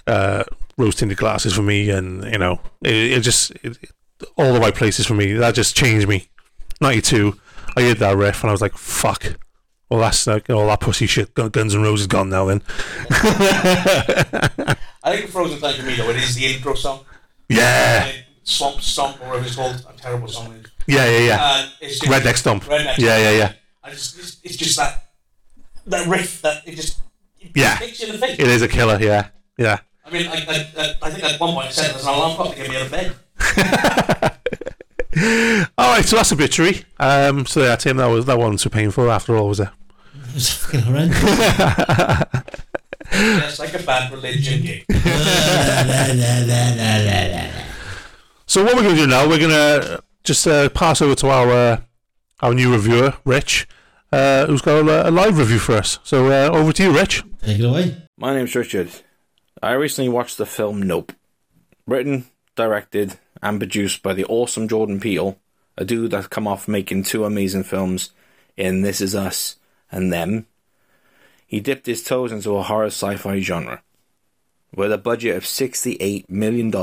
Speaker 1: uh, rose tinted glasses for me, and you know, it, it just it, it- all the right places for me. That just changed me. Ninety two. I heard that riff and I was like, fuck. Well, that's like all that pussy shit. Gun- Guns N' Roses gone now. Then,
Speaker 3: I think Frozen Time for me though, it is the intro song.
Speaker 1: yeah,
Speaker 3: Like, Stomp, stomp, or whatever it's called. A terrible song. it is.
Speaker 1: yeah, yeah, yeah.
Speaker 3: And it's just,
Speaker 1: Redneck Stomp.
Speaker 3: Redneck
Speaker 1: Yeah, yeah, yeah.
Speaker 3: I just, it's, it's just that that riff that it just it
Speaker 1: Yeah.
Speaker 3: kicks you in the face.
Speaker 1: It is a killer. Yeah, yeah.
Speaker 3: I mean, I, I, I, I think at one point I said there's an alarm clock to get me out of bed.
Speaker 1: All right, so that's obituary. Um, so yeah, Tim, that was that wasn't too painful after all, was it?
Speaker 2: It's fucking horrendous.
Speaker 3: Yes, like a bad religion gig.
Speaker 1: So what we're going to do now, we're going to just uh, pass over to our uh, our new reviewer, Rich, uh, who's got a, a live review for us. So uh, over to you, Rich.
Speaker 2: Take it away.
Speaker 9: My name's Richard. I recently watched the film Nope. Written, directed, and produced by the awesome Jordan Peele, a dude that's come off making two amazing films in This Is Us and Them. He dipped his toes into a horror sci fi genre. With a budget of $68 million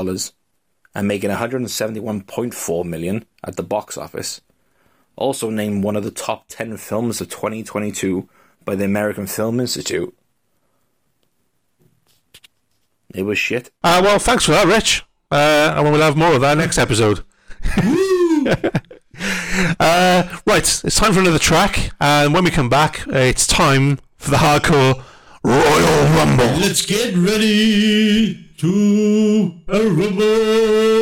Speaker 9: and making $171.4 million at the box office, also named one of the top 10 films of 2022 by the American Film Institute. It was shit.
Speaker 1: Uh, well, thanks for that, Rich. Uh, and we'll have more of that next episode. uh, right, it's time for another track, and when we come back, it's time for the hardcore Royal Rumble.
Speaker 2: Let's get ready to a rumble.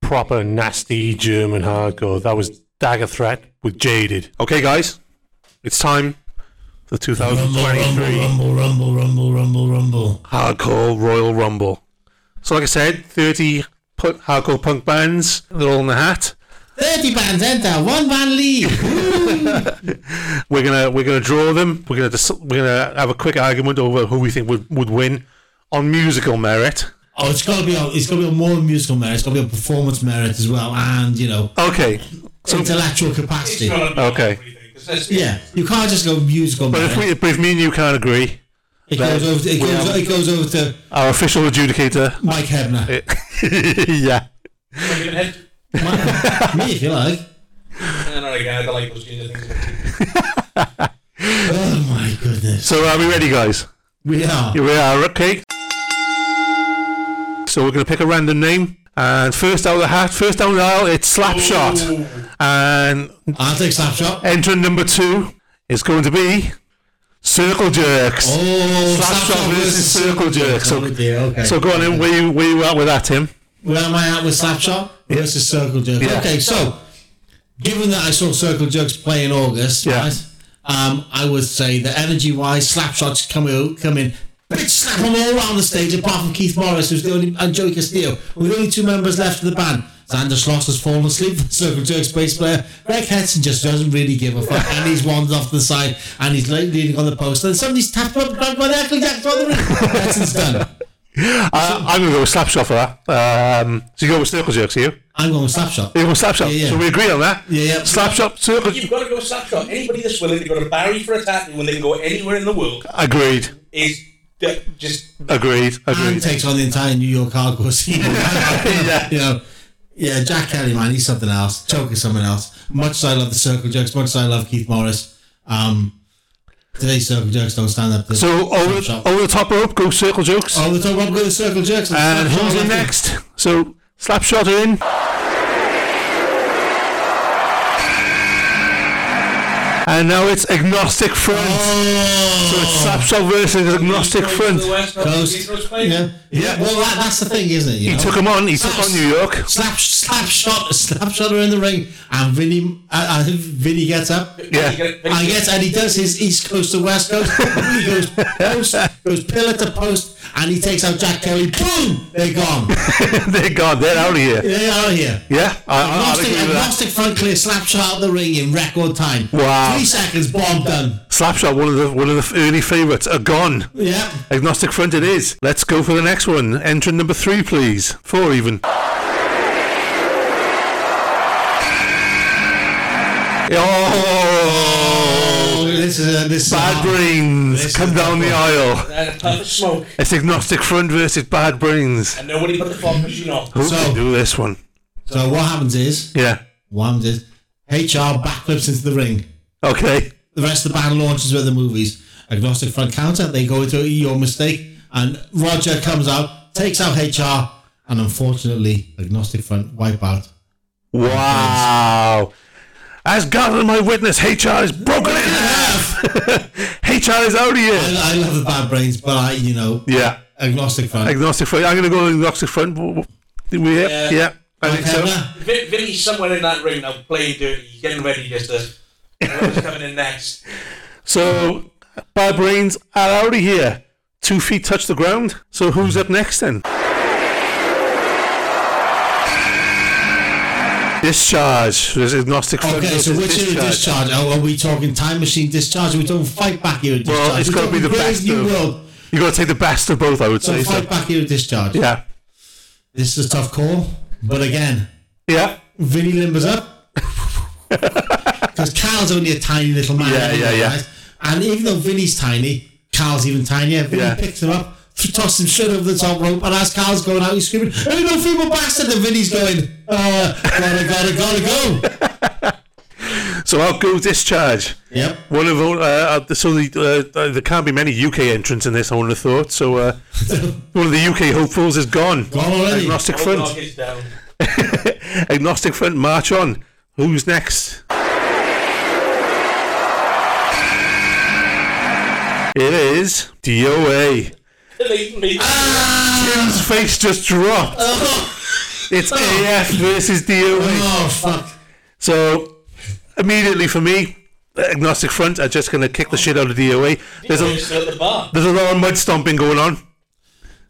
Speaker 1: Proper nasty German hardcore. That was Dagger Threat with Jaded. Okay, guys, it's time for the
Speaker 2: Rumble,
Speaker 1: 2023
Speaker 2: rumble, rumble, rumble, rumble, rumble.
Speaker 1: Hardcore Royal Rumble. So, like I said, 30 pu- hardcore punk bands, they're all in the hat.
Speaker 2: 30 bands enter, one band leave.
Speaker 1: We're gonna we're gonna draw them. We're gonna dis- we're gonna have a quick argument over who we think would, would win on musical merit.
Speaker 2: Oh, it's got to be on, it's got to be on more than musical merit. It's got to be on performance merit as well, and you know,
Speaker 1: Okay, so
Speaker 2: intellectual capacity.
Speaker 1: Okay.
Speaker 2: Yeah, you can't just go musical
Speaker 1: but if
Speaker 2: merit.
Speaker 1: we but if me and you can't agree,
Speaker 2: it goes over. To, it,
Speaker 1: we
Speaker 2: goes,
Speaker 1: have-
Speaker 2: it goes over to
Speaker 1: our official adjudicator.
Speaker 2: Mike Hebner.
Speaker 1: yeah,
Speaker 2: Mike- me, if you like. Oh my goodness,
Speaker 1: So are we ready, guys?
Speaker 2: we are.
Speaker 1: Here we are. Okay. So we're gonna pick a random name, and first out of the hat, first down the aisle, it's Slapshot, and
Speaker 2: I'll take snapshot.
Speaker 1: entrant number two is going to be Circle Jerks.
Speaker 2: Oh,
Speaker 1: Slapshot
Speaker 2: snapshot
Speaker 1: versus circle jerk. So-
Speaker 2: oh dear, okay.
Speaker 1: So go on in. Where you where you at with that, Tim?
Speaker 2: Where am I at with Slapshot versus Circle Jerks?
Speaker 1: Yeah.
Speaker 2: Okay, so given that I saw Circle Jerks play in August,
Speaker 1: Yeah.
Speaker 2: right, um, I would say that energy wise, Slapshots come out, come in, bitch, slap them all around the stage, apart from Keith Morris, who's the only, and Joey Castillo, with only two members left of the band. Xander Schloss has fallen asleep, Circle Jerks bass player. Greg Hetson just doesn't really give a fuck, and he's wandered off to the side, and he's like leaning on the post, and somebody's tapped him up, grabbed by the ankle, jacked him on the ring. Hetson's done.
Speaker 1: I, I'm gonna go with Slapshot for that. Um, so you go with Circle Jerks, are you?
Speaker 2: I'm going with Slapshot.
Speaker 1: You go with Slapshot.
Speaker 2: Yeah, yeah.
Speaker 1: So we agree on that.
Speaker 2: Yeah, yeah.
Speaker 1: Slapshot, Circle.
Speaker 3: You've got to go Slapshot. Anybody that's willing to go to Barry for a tattoo when they can go anywhere in the world
Speaker 1: Agreed.
Speaker 3: is de- just
Speaker 1: Agreed.
Speaker 2: and
Speaker 1: Agreed.
Speaker 2: takes on the entire New York hardcore scene.
Speaker 1: Yeah.
Speaker 2: You know, yeah, Jack Kelly, man, he's something else. Choke is something else. Much as I love the Circle Jerks, much as I love Keith Morris, um, today's Circle Jerks don't stand up to
Speaker 1: So over,
Speaker 2: Slapshot.
Speaker 1: over the top rope, go Circle Jerks.
Speaker 2: Oh, we're talking about the Circle Jerks.
Speaker 1: and
Speaker 2: Slapshot
Speaker 1: who's in
Speaker 2: left it.
Speaker 1: next? So Slapshot are in. And now it's Agnostic Front. So it's Slapshot versus Agnostic Front.
Speaker 2: Coast. Yeah. yeah, well, that, that's the thing, isn't it? You
Speaker 1: He
Speaker 2: know?
Speaker 1: took him on. He took on New York.
Speaker 2: Slap, slap shot, slap shot are in the ring, and Vinny, uh, uh, Vinny gets up.
Speaker 1: Yeah.
Speaker 2: I guess, and he does his East Coast to West Coast. he goes post, goes pillar to post, and he takes out Jack Kelly. Boom! They're gone.
Speaker 1: They're gone. They're out of here.
Speaker 2: They are here.
Speaker 1: Yeah. I, I, I'll
Speaker 2: Agnostic,
Speaker 1: agree with that.
Speaker 2: agnostic front clear slap shot out the ring in record time.
Speaker 1: Wow.
Speaker 2: Three seconds, bomb done.
Speaker 1: Slapshot, one of the one of the early favourites, are gone.
Speaker 2: Yeah.
Speaker 1: Agnostic Front it is. Let's go for the next one. Entrant number three, please. Four even. Oh,
Speaker 2: Oh, this is a, this
Speaker 1: bad
Speaker 2: is a,
Speaker 1: brains
Speaker 2: This
Speaker 1: come
Speaker 2: is
Speaker 1: down the
Speaker 2: awful.
Speaker 1: aisle.
Speaker 3: Puff of uh, smoke,
Speaker 1: It's Agnostic Front versus Bad Brains.
Speaker 3: and nobody put the fog machine on.
Speaker 1: Who
Speaker 2: So-
Speaker 1: can do this one?
Speaker 2: So what happens is,
Speaker 1: Yeah.
Speaker 2: what happens is, HR backflips into the ring.
Speaker 1: Okay.
Speaker 2: The rest of the band launches with the movies. Agnostic front counter, they go into your mistake, and Roger comes out, takes out HR, and unfortunately, agnostic front wipe out.
Speaker 1: Wow. As God and my witness, HR is broken in half. HR is out of here.
Speaker 2: I, I love the bad brains, but I, you know,
Speaker 1: Yeah.
Speaker 2: agnostic front.
Speaker 1: Agnostic Front. I'm going to go with Agnostic Front. W- w- we- Yeah. yeah. I
Speaker 2: Mike
Speaker 1: think so.
Speaker 2: Hebner,
Speaker 3: Vin- Vinny's somewhere in that ring now playing dirty. He's getting ready just to. Whoever's coming in next.
Speaker 1: So, Bad Brains are out of here. Two feet touch the ground. So, who's up next then? Discharge. There's agnostic Front.
Speaker 2: Okay, so
Speaker 1: versus
Speaker 2: which is a discharge? Oh, are we talking time machine discharge? We don't fight back here. at
Speaker 1: Well,
Speaker 2: discharge.
Speaker 1: it's
Speaker 2: We
Speaker 1: gotta
Speaker 2: don't
Speaker 1: be the
Speaker 2: raise
Speaker 1: best
Speaker 2: New
Speaker 1: of-
Speaker 2: world.
Speaker 1: you got to take the best of both, I would
Speaker 2: So
Speaker 1: say. So.
Speaker 2: fight back here at discharge.
Speaker 1: Yeah.
Speaker 2: This is a tough call, but again,
Speaker 1: Yeah.
Speaker 2: Vinny limbers up because Cal's only a tiny little man.
Speaker 1: Yeah, yeah, yeah.
Speaker 2: right? And even though Vinny's tiny, Cal's even tinier. Vinny
Speaker 1: Yeah.
Speaker 2: picks him up, th- tosses him straight over the top rope, and as Cal's going out, he's screaming, "Hey, no feeble bastard!" And Vinny's going, "Uh, gotta, gotta, gotta go."
Speaker 1: So, I'll go discharge.
Speaker 2: Yep.
Speaker 1: One of all, uh, uh, so the, uh, uh, there can't be many UK entrants in this. I would have thought so. Uh, one of the UK hopefuls is gone.
Speaker 2: Gone already.
Speaker 1: Agnostic
Speaker 3: Old
Speaker 1: Front.
Speaker 3: dog is down.
Speaker 1: Agnostic Front, march on. Who's next? It is DOA.
Speaker 3: Leave me.
Speaker 2: Ah.
Speaker 1: His face just dropped. Oh. It's AF versus DOA.
Speaker 2: Oh fuck!
Speaker 1: So, immediately for me, Agnostic Front are just going to kick the shit out of DOA. There's a,
Speaker 3: Just at the bar.
Speaker 1: there's a lot of mud stomping going on.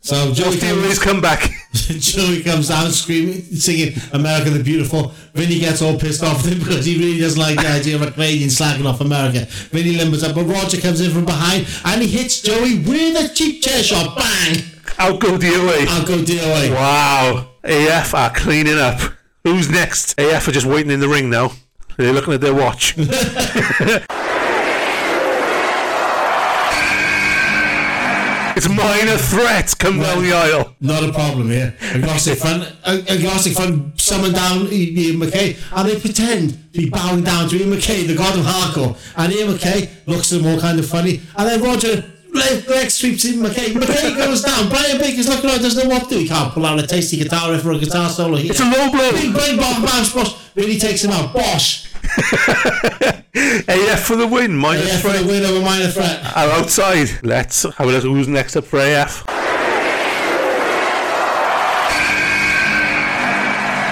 Speaker 2: So
Speaker 1: We'll
Speaker 2: Joey,
Speaker 1: feel
Speaker 2: comes,
Speaker 1: his comeback.
Speaker 2: Joey comes down screaming, singing America the Beautiful. Vinny gets all pissed off with him because he really doesn't like the idea of a Canadian slagging off America. Vinny limbers up, but Roger comes in from behind and he hits Joey with a cheap chair shot. Bang!
Speaker 1: Out go DOA.
Speaker 2: I'll go DOA.
Speaker 1: Wow. AF are cleaning up. Who's next? AF are just waiting in the ring now. They're looking at their watch. it's minor threat. Come down the aisle.
Speaker 2: Not a problem here. Agnostic fan, a- agnostic fan, summoned down I- Ian McKay, and they pretend to be bowing down to Ian McKay, the god of hardcore. And Ian McKay looks at them all kind of funny, and then Roger leg, leg sweeps Ian McKay. McKay goes down. Brian Baker's looking around, doesn't know what to do. He can't pull out a tasty guitar riff or a guitar solo. Here.
Speaker 1: It's a low
Speaker 2: big
Speaker 1: blow.
Speaker 2: bang, bang, bosh, bosh. Really takes him out. Bosh.
Speaker 1: AF for the win. Minor
Speaker 2: Yeah, for
Speaker 1: threat.
Speaker 2: the win over minor threat.
Speaker 1: are outside. Let's have a look who's next up for AF.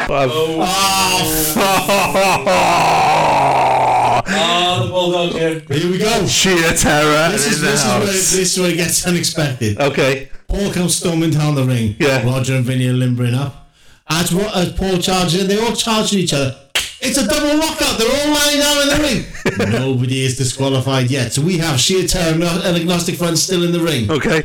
Speaker 1: Oh.
Speaker 3: Ah, the bulldog here.
Speaker 2: Here we go.
Speaker 1: Sheer terror
Speaker 2: This is,
Speaker 1: in the
Speaker 2: this, is where,
Speaker 1: house.
Speaker 2: this is where it gets unexpected.
Speaker 1: okay.
Speaker 2: Paul comes storming down the ring.
Speaker 1: Yeah.
Speaker 2: Roger and Vinny are limbering up. As, Ro- as Paul charges in, they all charge at each other. It's a double knockout. They're all lying down in the ring. Nobody is disqualified yet. So we have Sheer Terror and and Agnostic Front still in the ring.
Speaker 1: Okay.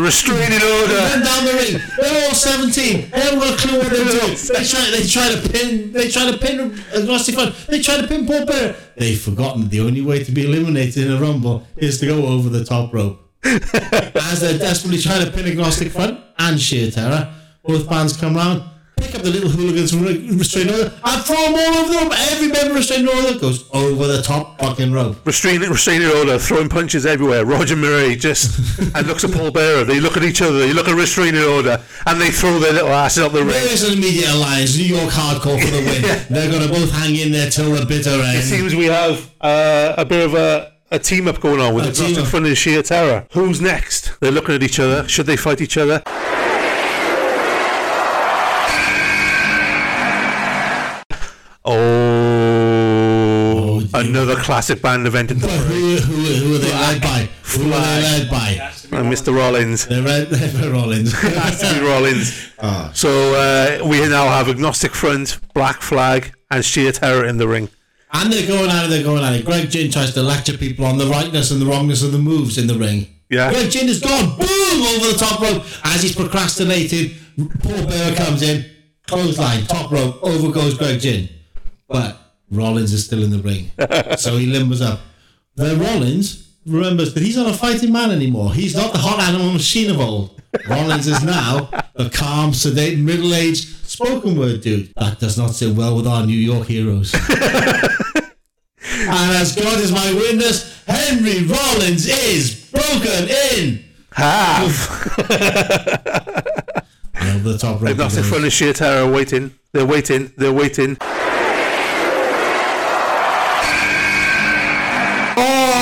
Speaker 1: Restraining order.
Speaker 2: Then down the ring, they're all 17. They haven't got a clue what they're doing. They try, they try to pin, they try to pin Agnostic Front. They try to pin Paul Bearer. They've forgotten the only way to be eliminated in a rumble is to go over the top rope. as they're desperately trying to pin Agnostic Front and Sheer Terror, both bands come round, pick up the little hooligans from Re- Restrained Order, and throw them all over the rope. Every member of Restrained Order goes over the top fucking rope.
Speaker 1: Restraining, restraining order. Throwing punches everywhere. Roger Murray just and looks at Paul Bearer. They look at each other. They look at restraining order, and they throw their little asses up the ring.
Speaker 2: There is an immediate alliance. New York Hardcore for the win. They're going to both hang in there till the bitter
Speaker 1: It
Speaker 2: end.
Speaker 1: seems we have uh, a bit of a, a team up going on with
Speaker 2: A
Speaker 1: the Gnostic
Speaker 2: team-up.
Speaker 1: Front and Sheer Terror. Who's next? They're looking at each other. Should they fight each other? Oh, another classic band event in
Speaker 2: But who, who, who are they led by? Who are they led by?
Speaker 1: and Mr. uh, Rollins.
Speaker 2: They're led by Rollins.
Speaker 1: Has to be Rollins. So uh, we now have Agnostic Front, Black Flag, and Sheer Terror in the ring.
Speaker 2: and they're going at it, they're going at it. Greg Ginn tries to lecture people on the rightness and the wrongness of the moves in the ring.
Speaker 1: Yeah.
Speaker 2: Greg Ginn is gone, boom, over the top rope. As he's procrastinated, Paul Bearer comes in, clothesline, top rope, over goes Greg Ginn. But Rollins is still in the ring. so he limbers up. Then Rollins remembers that he's not a fighting man anymore. He's not the hot animal machine of old. Rollins is now the calm, sedate, middle aged spoken word dude. That does not sit well with our New York heroes. And as God is my witness, Henry Rollins is broken in.
Speaker 1: Half.
Speaker 2: And over the top rope.
Speaker 1: Agnostic
Speaker 2: he goes.
Speaker 1: Front and Sheer Terror are waiting. They're waiting. They're waiting.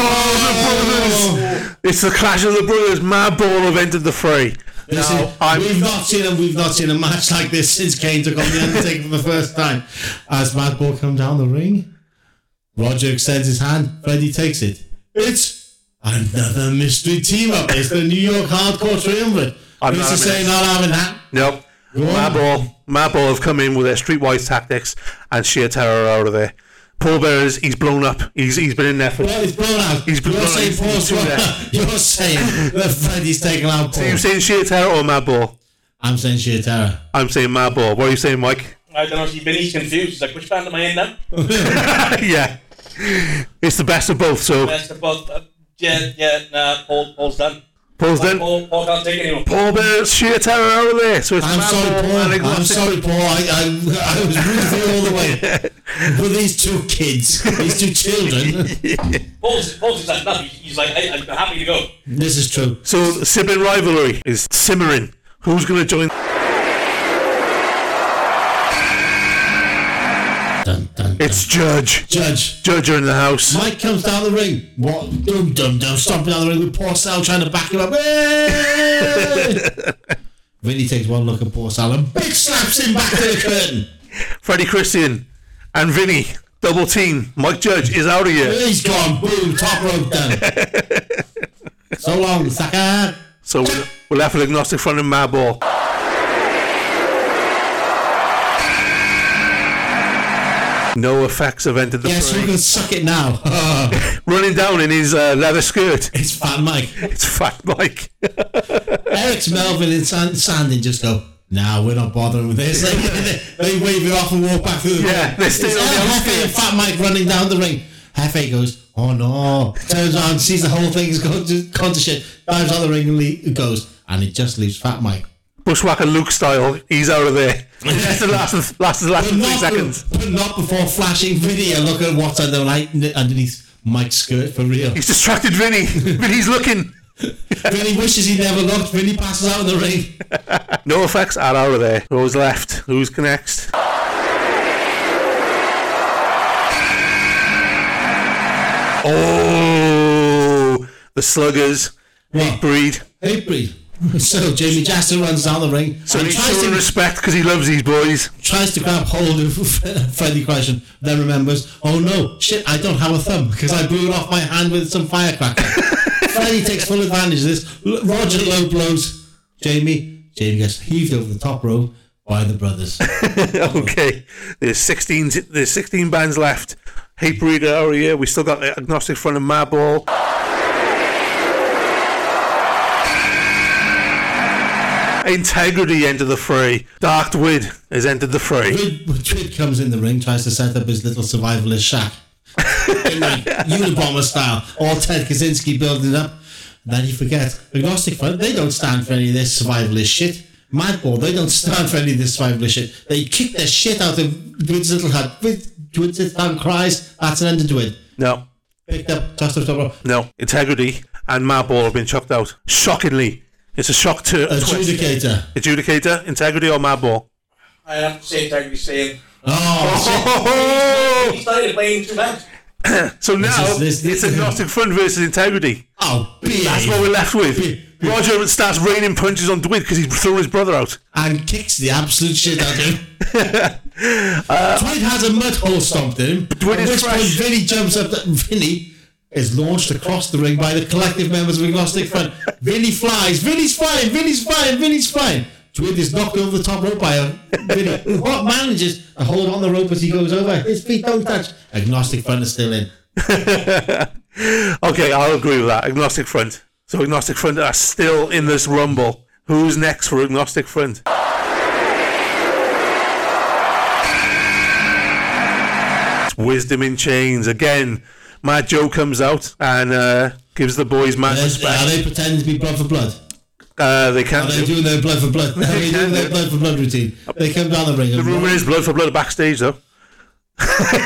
Speaker 1: Oh, the brothers! It's the clash of the brothers. Mad ball have entered the fray.
Speaker 2: Listen,
Speaker 1: Now I'm
Speaker 2: we've not seen a we've not seen a match like this since Kane took on the Undertaker for the first time. As Madball come down the ring, Roger extends his hand. Freddie takes it. It's another mystery team up. It's the New York Hardcore Triumvirate.
Speaker 1: I'm
Speaker 2: Who's
Speaker 1: not
Speaker 2: to say
Speaker 1: having
Speaker 2: not having that?
Speaker 1: nope. Mad ball, Mad ball have come in with their streetwise tactics and Sheer Terror are out of there. Paul Bearers, he's blown up. He's he's been in there for.
Speaker 2: Well, it's blown out.
Speaker 1: He's blown
Speaker 2: You're
Speaker 1: out.
Speaker 2: saying
Speaker 1: He's-
Speaker 2: Paul's
Speaker 1: he's in
Speaker 2: blown
Speaker 1: there.
Speaker 2: out. You're saying that Freddie's taken out Paul.
Speaker 1: Are you saying Sheer Terror or Mad ball?
Speaker 2: I'm saying sheer terror.
Speaker 1: I'm saying Mad ball. What are you saying, Mike?
Speaker 3: I don't know if Vinny's confused. He's like, which band am I in now?
Speaker 1: yeah, it's the best of both. So
Speaker 3: Best of both. Uh, yeah, yeah, nah, Paul, Paul's done.
Speaker 1: Paul's
Speaker 3: Like,
Speaker 1: done.
Speaker 3: Paul, Paul can't take anymore.
Speaker 1: Paul Bear's sheer terror out of there. So it's
Speaker 2: I'm
Speaker 1: Mad
Speaker 2: sorry,
Speaker 1: Ball
Speaker 2: Paul.
Speaker 1: and
Speaker 2: I'm
Speaker 1: Agnostic-
Speaker 2: sorry, Paul. I, I, I was rooting for you all the way. But these two kids, these two children,
Speaker 3: Paul's, Paul's is like, no, he's like, hey, I'm happy to go.
Speaker 2: this is true.
Speaker 1: So the sibling rivalry is simmering. Who's going to join?
Speaker 2: Dun, dun, dun.
Speaker 1: It's Judge.
Speaker 2: Judge.
Speaker 1: Judge are in the house.
Speaker 2: Mike comes down the ring. What? Dum, dum, dum. Stomping down the ring with Porcel trying to back him up. Hey! Vinny takes one look at Porcel and bitch slaps him back to the curtain.
Speaker 1: Freddie Christian and Vinny Double team. Mike Judge is out of here.
Speaker 2: He's gone. Boom. Top rope down. so long, sucker.
Speaker 1: So we're, we're left with agnostic front and Madball. No effects have entered the
Speaker 2: Yes, you
Speaker 1: fray.
Speaker 2: can suck it now.
Speaker 1: Running down in his uh, leather skirt.
Speaker 2: it's Fat Mike.
Speaker 1: It's Fat Mike.
Speaker 2: Eric's Melvin and Sand- Sandin just go, nah, we're not bothering with this. Like, they wave it off and walk back through the
Speaker 1: Yeah,
Speaker 2: ring.
Speaker 1: they stay
Speaker 2: It's
Speaker 1: on the
Speaker 2: Eric
Speaker 1: outskirts.
Speaker 2: Hefe and Fat Mike running down the ring. Hefe goes, oh no. Turns around, sees the whole thing's gone to, gone to shit, dives out the ring and le- goes, and it just leaves Fat Mike.
Speaker 1: Bushwhacker Luke style. He's out of there. That's the last, last, last
Speaker 2: But
Speaker 1: three
Speaker 2: not,
Speaker 1: seconds.
Speaker 2: but not before flashing video. Look at what's under, underneath Mike's skirt for real.
Speaker 1: He's distracted Vinny. Vinny's looking.
Speaker 2: Vinny wishes he never looked. Vinny passes out of the ring.
Speaker 1: No effects are out of there. Who's left? Who's next? Oh, the sluggers.
Speaker 2: What?
Speaker 1: Breed.
Speaker 2: Hey, Breed. So Jamie Jackson runs down the ring
Speaker 1: So
Speaker 2: and
Speaker 1: he's
Speaker 2: tries
Speaker 1: showing
Speaker 2: to
Speaker 1: respect because he loves these boys.
Speaker 2: tries to grab hold of Freddy Question, then remembers, oh no, shit, I don't have a thumb because I blew it off my hand with some firecracker. Freddy takes full advantage of this. L- Roger low blows Jamie. Jamie gets heaved over the top rope by the brothers.
Speaker 1: Okay, there's 16. There's 16 bands left. Hey Breed are out of here. We still got agnostic front and Madball. Integrity entered the fray. Dark Wid has entered the fray.
Speaker 2: Madrid, Madrid comes in the ring, tries to set up his little survivalist shack. in like Unabomber style, all Ted Kaczynski building up. Then you forget, Agnostic Front, they don't stand for any of this survivalist shit. Madball, they don't stand for any of this survivalist shit. They kick the shit out of Dwid's little hut. Dwid- Dwid's little town cries, that's an end to Dwid.
Speaker 1: No,
Speaker 2: Picked up, tossed up, top rope.
Speaker 1: no. Integrity and Madball have been chucked out. Shockingly, it's a shock to twist.
Speaker 2: Adjudicator.
Speaker 1: Adjudicator, Integrity or Madball?
Speaker 3: I have to say, thank you, saying
Speaker 2: Oh,
Speaker 3: he started playing too much.
Speaker 1: So now
Speaker 2: is- this-
Speaker 1: it's agnostic front versus Integrity.
Speaker 2: shit. Oh, behave.
Speaker 1: That's what we're left with. Roger starts raining punches on Dwight because he threw his brother out.
Speaker 2: and kicks the absolute shit out of him. Dwight has a mud hole stomped in him.
Speaker 1: Uh, Dwight
Speaker 2: at
Speaker 1: is
Speaker 2: which point
Speaker 1: fresh.
Speaker 2: Vinny jumps up. and Vinny is launched across the ring by the collective members of Agnostic Front. Vinny flies. Vinny's flying. Vinny's flying. Vinny's flying. Dwight is knocked over the top rope by a Vinny. who What manages to hold on the rope as he goes over? His feet don't touch. Agnostic Front is still in.
Speaker 1: Okay, I'll agree with that. Agnostic front. So agnostic front are still in this rumble. Who's next for agnostic front? It's Wisdom in chains again. Mad Joe comes out and uh, gives the boys mad
Speaker 2: There's- Are
Speaker 1: respect.
Speaker 2: they pretending to be blood for blood?
Speaker 1: Uh, they
Speaker 2: Are
Speaker 1: can't.
Speaker 2: they
Speaker 1: do-
Speaker 2: doing their blood for blood? Are they doing
Speaker 1: Yeah.
Speaker 2: their blood for blood routine? They come down the ring.
Speaker 1: The
Speaker 2: and
Speaker 1: rumor is blood for blood backstage though.
Speaker 2: Roger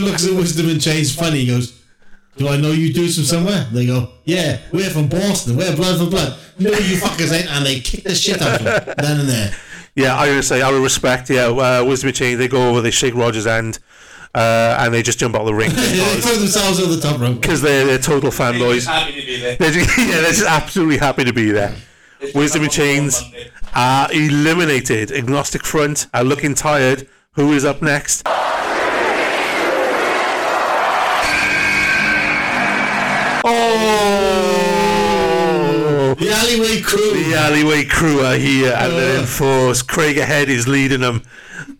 Speaker 2: looks at Wisdom and Chains funny. He goes, Do I know you dudes from somewhere? They go, Yeah, we're from Boston. We're blood for blood. No, you fuckers ain't. And they kick the shit out of him. Then and there.
Speaker 1: Yeah, I would say out of respect. Yeah, uh, Wisdom in chains. They go over. They shake Roger's hand, uh, and they just jump out of the ring
Speaker 2: they throw themselves over the top rope.
Speaker 1: because they're, they're total
Speaker 3: He's
Speaker 1: fanboys.
Speaker 3: happy to be there.
Speaker 1: They're just, yeah, they're just absolutely happy to be there. Wisdom
Speaker 3: "Oh,
Speaker 1: and Chains are eliminated. Agnostic Front are looking tired. Who is up next? Oh!
Speaker 2: The alleyway crew.
Speaker 1: The alleyway crew are here, and they're in force. Craig ahead is leading them.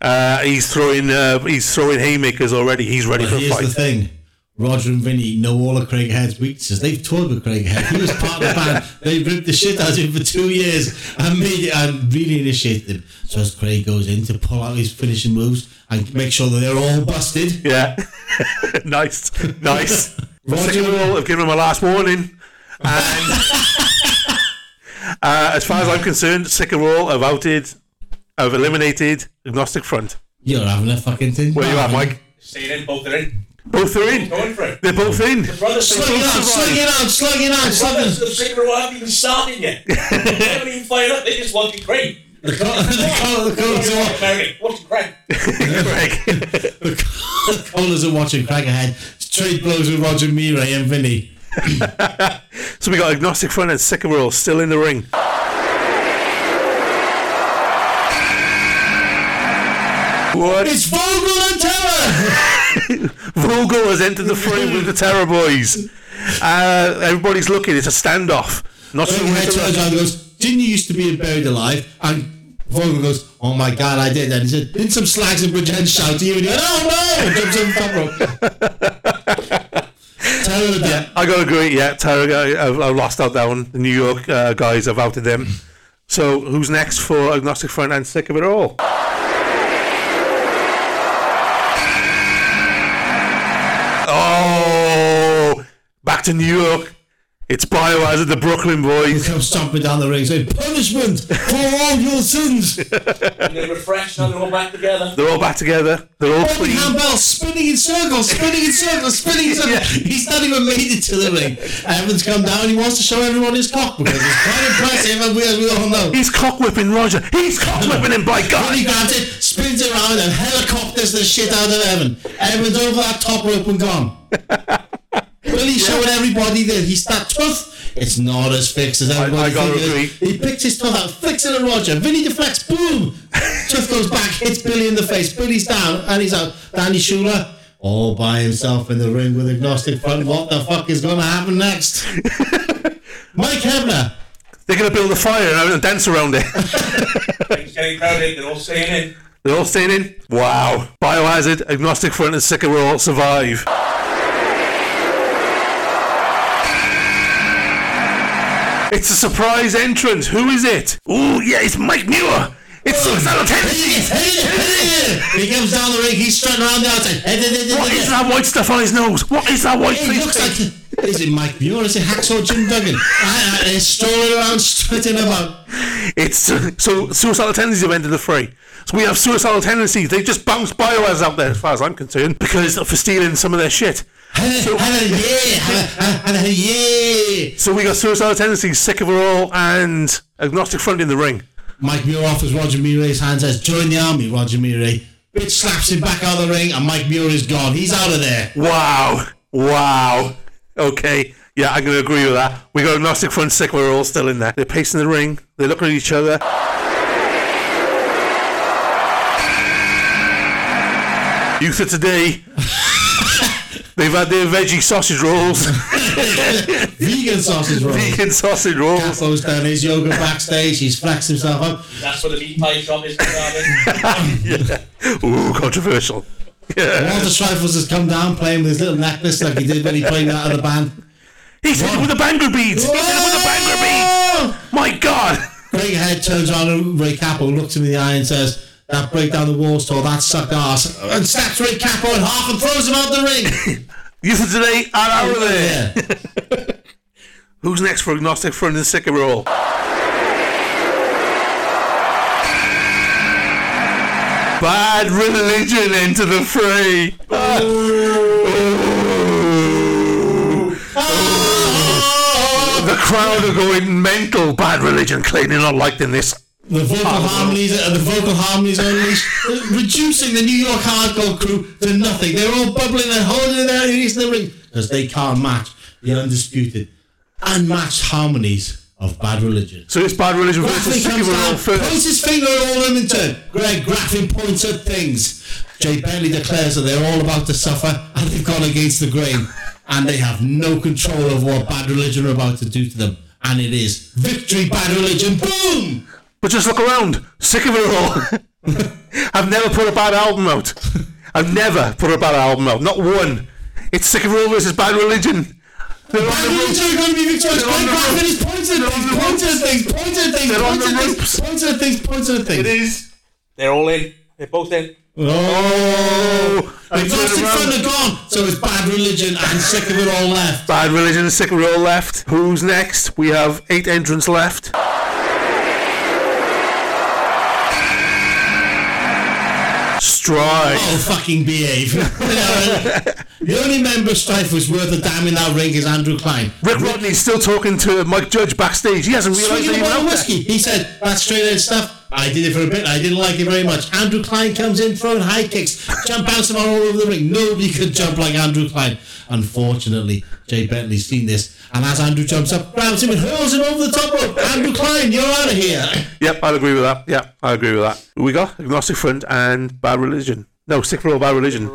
Speaker 1: Uh, he's throwing. Uh, he's throwing haymakers already. He's ready for a
Speaker 2: Here's the
Speaker 1: fight.
Speaker 2: thing. Roger and Vinny know all of Craighead's weaknesses. They've toured with Craighead. He was part of the band. They ripped the shit out of him for two years and made it and really initiated him. So as Craig goes in to pull out his finishing moves and make sure that they're all busted,
Speaker 1: Yeah. nice. Nice.
Speaker 2: Roger-
Speaker 1: Second of all, I've given him a last warning. And uh, as far as I'm concerned, sick of all, I've outed, I've eliminated Agnostic Front.
Speaker 2: You're having a fucking thing.
Speaker 1: Where you at, Mike?
Speaker 3: Staying in, both are in.
Speaker 1: Both are in.
Speaker 3: Going for it.
Speaker 1: They're both in.
Speaker 3: Brothers,
Speaker 2: Slugging out, slugging out, slugging out,
Speaker 3: brothers,
Speaker 2: slugging.
Speaker 3: the secret one haven't even started yet. they haven't even fired up. They just want to crank.
Speaker 2: The co- the co- the colors are wa-
Speaker 3: American. What's a crank?
Speaker 1: Craig.
Speaker 2: the co- the colors are watching crack ahead. Straight blows with Roger Mirai and Vinny.
Speaker 1: so we got Agnostic Front and Sick of all still in the ring. What?
Speaker 2: It's Vogel and Terror!
Speaker 1: Vogel has entered the frame with the Terror Boys. Uh, everybody's looking. It's a standoff. Not
Speaker 2: And
Speaker 1: sure
Speaker 2: Red
Speaker 1: which
Speaker 2: turns
Speaker 1: of-
Speaker 2: around and goes, Didn't you used to be in Buried Alive? And Vogel goes, Oh my god, I did. And he said, Didn't some slags in Bridgehead shout to you? And he goes, Oh no! And jumps over the top rope. Terror the death.
Speaker 1: I gotta agree. Yeah, Terror. I, I lost out that one. The New York uh, guys have outed them. So who's next for Agnostic Front and Sick of It All? Oh, back to New York. It's Biohazard, the Brooklyn boys.
Speaker 2: Comes stomping down the ring saying, Punishment for all your sins!
Speaker 3: And they refresh and they're all back together.
Speaker 1: They're all back together. They're all
Speaker 2: Fucking
Speaker 1: clean.
Speaker 2: handbell spinning in circles, spinning in circles, spinning in circles. He's not even made it to the ring. Evans come down, he wants to show everyone his cock because it's quite impressive, and we, as we all know.
Speaker 1: He's cock whipping Roger. He's cock whipping him by
Speaker 2: Then he
Speaker 1: God.
Speaker 2: grabs it, spins around, and helicopters the shit out of Evan. Evan's over that top rope and gone. Billy showed everybody that he's that tough. It's not as fixed as everybody
Speaker 1: I gotta
Speaker 2: thinks.
Speaker 1: agree.
Speaker 2: He picks his tough out, flicks it at Roger. Vinny deflects, boom! Tuff goes back, hits Billy in the face. Billy's down, and he's out. Danny Schuler, all by himself in the ring with agnostic front. What the fuck is going to happen next? Mike Hebner,
Speaker 1: They're gonna build a fire and have a dance around it.
Speaker 3: It's getting crowded. They're all staying in.
Speaker 1: They're all staying in. Wow. Biohazard, Agnostic Front, and Sicker will all survive. It's a surprise entrance. Who is it? Oh yeah, it's Mike Muir. It's Suicidal Tendencies.
Speaker 2: he comes down the ring, he's strutting around the outside.
Speaker 1: What is that white stuff on his nose? What is that white?
Speaker 2: It looks like. Is it Mike Muir? Is it Hacksaw Jim Duggan? I, I, they're strolling around, strutting about.
Speaker 1: It's uh, so suicidal tendencies have entered the fray. So we have suicidal tendencies. They just bounced biohazards out there, as far as I'm concerned, because for stealing some of their shit.
Speaker 2: Have a- have a yeah, have a- have a- have a yeah.
Speaker 1: So we got suicidal tendencies, sick of it all, and agnostic front in the ring.
Speaker 2: Mike Muir offers Roger Murray his hand, says, "Join the army, Roger Murray." Bitch slaps him back out of the ring, and Mike Muir is gone. He's out of there.
Speaker 1: Wow, wow. Okay, yeah, I'm gonna agree with that. We got agnostic front, sick of it all, still in there. They're pacing the ring. They're looking at each other. Youth of today. They've had their veggie sausage rolls.
Speaker 2: Vegan sausage roll.
Speaker 1: vegan sausage rolls.
Speaker 2: Slows down his yoga backstage. He's flexed himself up.
Speaker 3: That's where the meat pie shop is. Crowded.
Speaker 1: Ooh, controversial.
Speaker 2: Walter Strifles has come down playing with his little necklace like he did when he played out of the band.
Speaker 1: He's hit him with the banger beads. He's hit him with the banger beads. My God.
Speaker 2: Greg Head turns around and Ray Capo looks him in the eye and says, That break down the wall store, that sucked ass. And snaps Ray Capo in half and throws him out the ring.
Speaker 1: Youth of today are out of there.
Speaker 2: yeah.
Speaker 1: Who's next for agnostic front and sick of it all? Bad religion enter the fray. Ah. Ooh. The crowd are going mental. Bad religion clearly not liked in this.
Speaker 2: The vocal harmonies uh, the vocal harmonies unleashed, uh, reducing the New York hardcore crew to nothing. They're all bubbling and holding their ears in the ring because they can't match the undisputed, unmatched harmonies of bad religion.
Speaker 1: So it's bad religion versus
Speaker 2: Graffin
Speaker 1: sick
Speaker 2: comes
Speaker 1: of it all
Speaker 2: down,
Speaker 1: first.
Speaker 2: points his finger at all of them in turn. Greg Graffin points at things. Jay Bentley declares that they're all about to suffer and they've gone against the grain. And they have no control over what bad religion are about to do to them. And it is victory, bad religion, boom!
Speaker 1: But just look around. Sick of it all. I've never put a bad album out. I've never put a bad album out. Not one. It's Sick of it all versus Bad Religion. They're on
Speaker 2: Bad
Speaker 1: the ropes.
Speaker 2: religion are going to be victorious.
Speaker 1: They're on
Speaker 2: Greg
Speaker 1: the
Speaker 2: Graffin
Speaker 1: ropes.
Speaker 2: is pointing
Speaker 1: They're
Speaker 2: at
Speaker 1: on
Speaker 2: things,
Speaker 1: the
Speaker 2: pointing at things, pointing at things,
Speaker 1: They're on the
Speaker 2: pointing at
Speaker 1: ropes.
Speaker 2: things, pointing at things, pointing at
Speaker 1: It
Speaker 2: things.
Speaker 1: is.
Speaker 3: They're all in. They're both in.
Speaker 2: Oh!
Speaker 1: They turn
Speaker 2: Agnostic
Speaker 1: around.
Speaker 2: front are gone, so it's bad religion and sick of it all left.
Speaker 1: Bad Religion and Sick of it all left. Who's next? We have eight entrants left. Strike.
Speaker 2: Oh, fucking behave. the only member of Strife was worth a damn in that ring is Andrew Klein.
Speaker 1: Rick Rodney's still talking to Mike Judge backstage. He hasn't realised that
Speaker 2: Swinging
Speaker 1: he
Speaker 2: a
Speaker 1: went
Speaker 2: bottle
Speaker 1: out
Speaker 2: of
Speaker 1: there.
Speaker 2: whiskey. He said, that's straight edge stuff. I did it for a bit. I didn't like it very much. Andrew Klein comes in throwing high kicks, jump bouncing all over the ring. Nobody could jump like Andrew Klein. Unfortunately, Jay Bentley's seen this, and as Andrew jumps up, grabs him and hurls him over the top rope. Andrew Klein, you're out of here.
Speaker 1: Yep, I'd agree with that. Yep, I agree with that. Who We got agnostic front and bad religion. No, sick for all bad religion.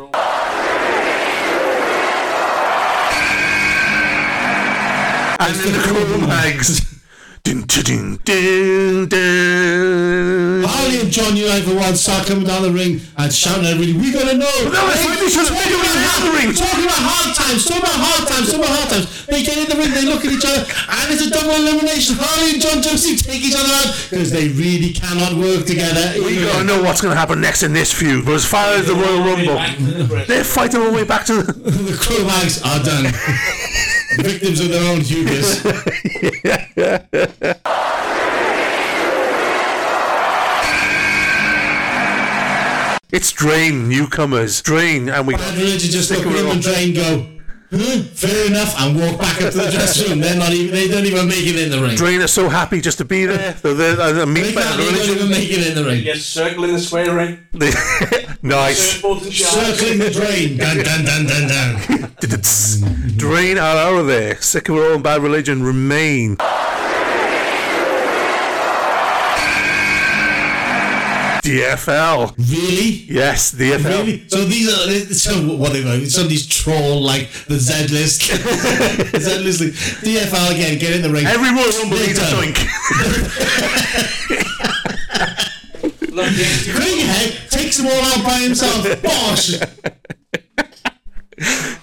Speaker 1: And then the cool mags. Dun, dun, dun, dun, dun.
Speaker 2: Harley and John United for one start coming down the ring and shouting at everybody, we gotta know!
Speaker 1: no, it's like they should have been doing it in the ring.
Speaker 2: Talking about hard times, talking about hard times, talking about hard times. They get in the ring, they look at each other, and it's a double elimination. Harley and John Dempsey take each other out because they really cannot work together.
Speaker 1: We gotta know what's gonna happen next in this feud. But as far as the Royal Rumble, they're fighting all the way back to the.
Speaker 2: the Cro-Mags are done. Victims of their own hubris.
Speaker 1: It's Drain, newcomers. Drain, and we
Speaker 2: Bad
Speaker 1: got.
Speaker 2: religion just look at them and drain go. Huh, fair enough, and walk back up to the dressing room. They're not even. They don't even make it in the ring.
Speaker 1: Drain are so happy just to be there. They're there and they're
Speaker 2: They
Speaker 1: meet by
Speaker 2: can't.
Speaker 1: the
Speaker 2: They don't even
Speaker 1: religion.
Speaker 2: make it in the ring.
Speaker 3: Yes, circle in the square ring.
Speaker 1: nice.
Speaker 3: Surfboards and shards.
Speaker 2: Circling the drain. Dun dun dun dun dun.
Speaker 1: Drain are out of there. Sick of our own bad religion remain. DFL.
Speaker 2: Really?
Speaker 1: Yes, DFL.
Speaker 2: Really? So these are so what they like. Somebody's troll like the Z list. Z list. Like, DFL again. Get in the ring.
Speaker 1: Every Royal Rumble needs a
Speaker 2: Later.
Speaker 1: drink.
Speaker 3: Look, yes, you-
Speaker 2: Craighead takes them all out by himself. Bosh.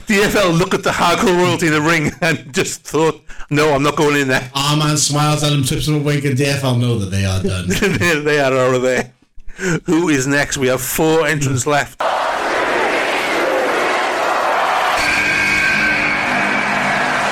Speaker 1: DFL looked at the hardcore royalty in the ring and just thought, no, I'm not going in there.
Speaker 2: Our man smiles at him, tips him a wink, and DFL know that they are done.
Speaker 1: they are out of there. Who is next? We have four entrants
Speaker 2: Hmm.
Speaker 1: left.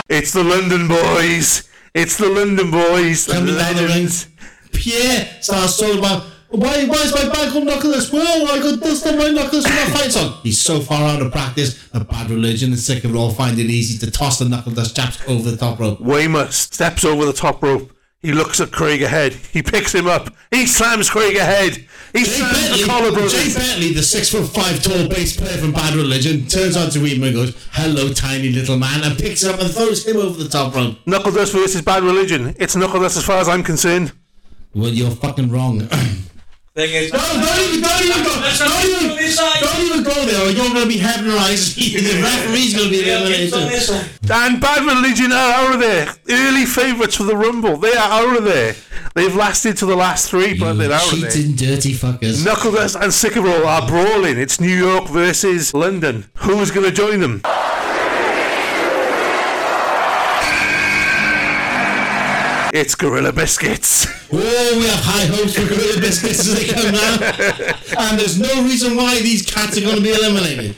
Speaker 1: It's the London boys. It's the London boys. The
Speaker 2: Coming down the
Speaker 1: legends.
Speaker 2: rings. Pierre starts talking about why, why is my back on knuckles? Well, I got dust on my knuckles when I fight on. He's so far out of practice, the bad religion and sick of it all find it easy to toss the knuckle dust chaps over the top rope.
Speaker 1: Weymouth steps over the top rope. He looks at Craig ahead. He picks him up. He slams Craig ahead. He
Speaker 2: Jay
Speaker 1: slams
Speaker 2: Bentley,
Speaker 1: the collar
Speaker 2: Jay
Speaker 1: brothers.
Speaker 2: Bentley, the six foot five tall bass player from Bad Religion, turns on to him and goes, "Hello, tiny little man," and picks him up and throws him over the top rope.
Speaker 1: Knuckledust versus Bad Religion. It's Knuckledust as far as I'm concerned.
Speaker 2: Well, you're fucking wrong.
Speaker 3: Thing is,
Speaker 2: No, don't even, don't even go,
Speaker 3: That's not
Speaker 2: don't even,
Speaker 3: on this side.
Speaker 2: don't even go there, or you're going to be heavenized. the referee's going to be
Speaker 3: Yeah, it's on
Speaker 2: eliminated.
Speaker 3: this one.
Speaker 1: And Bad Religion are out of there. Early favourites for the Rumble. They are out of there. They've lasted to the last three, but they're out of there.
Speaker 2: Cheating, dirty fuckers.
Speaker 1: Knuckledust and Sycamore are brawling. It's New York versus London. Who's going to join them? It's Gorilla Biscuits.
Speaker 2: Oh, we have high hopes for Gorilla Biscuits as they come now. and there's no reason why these cats are going to be eliminated.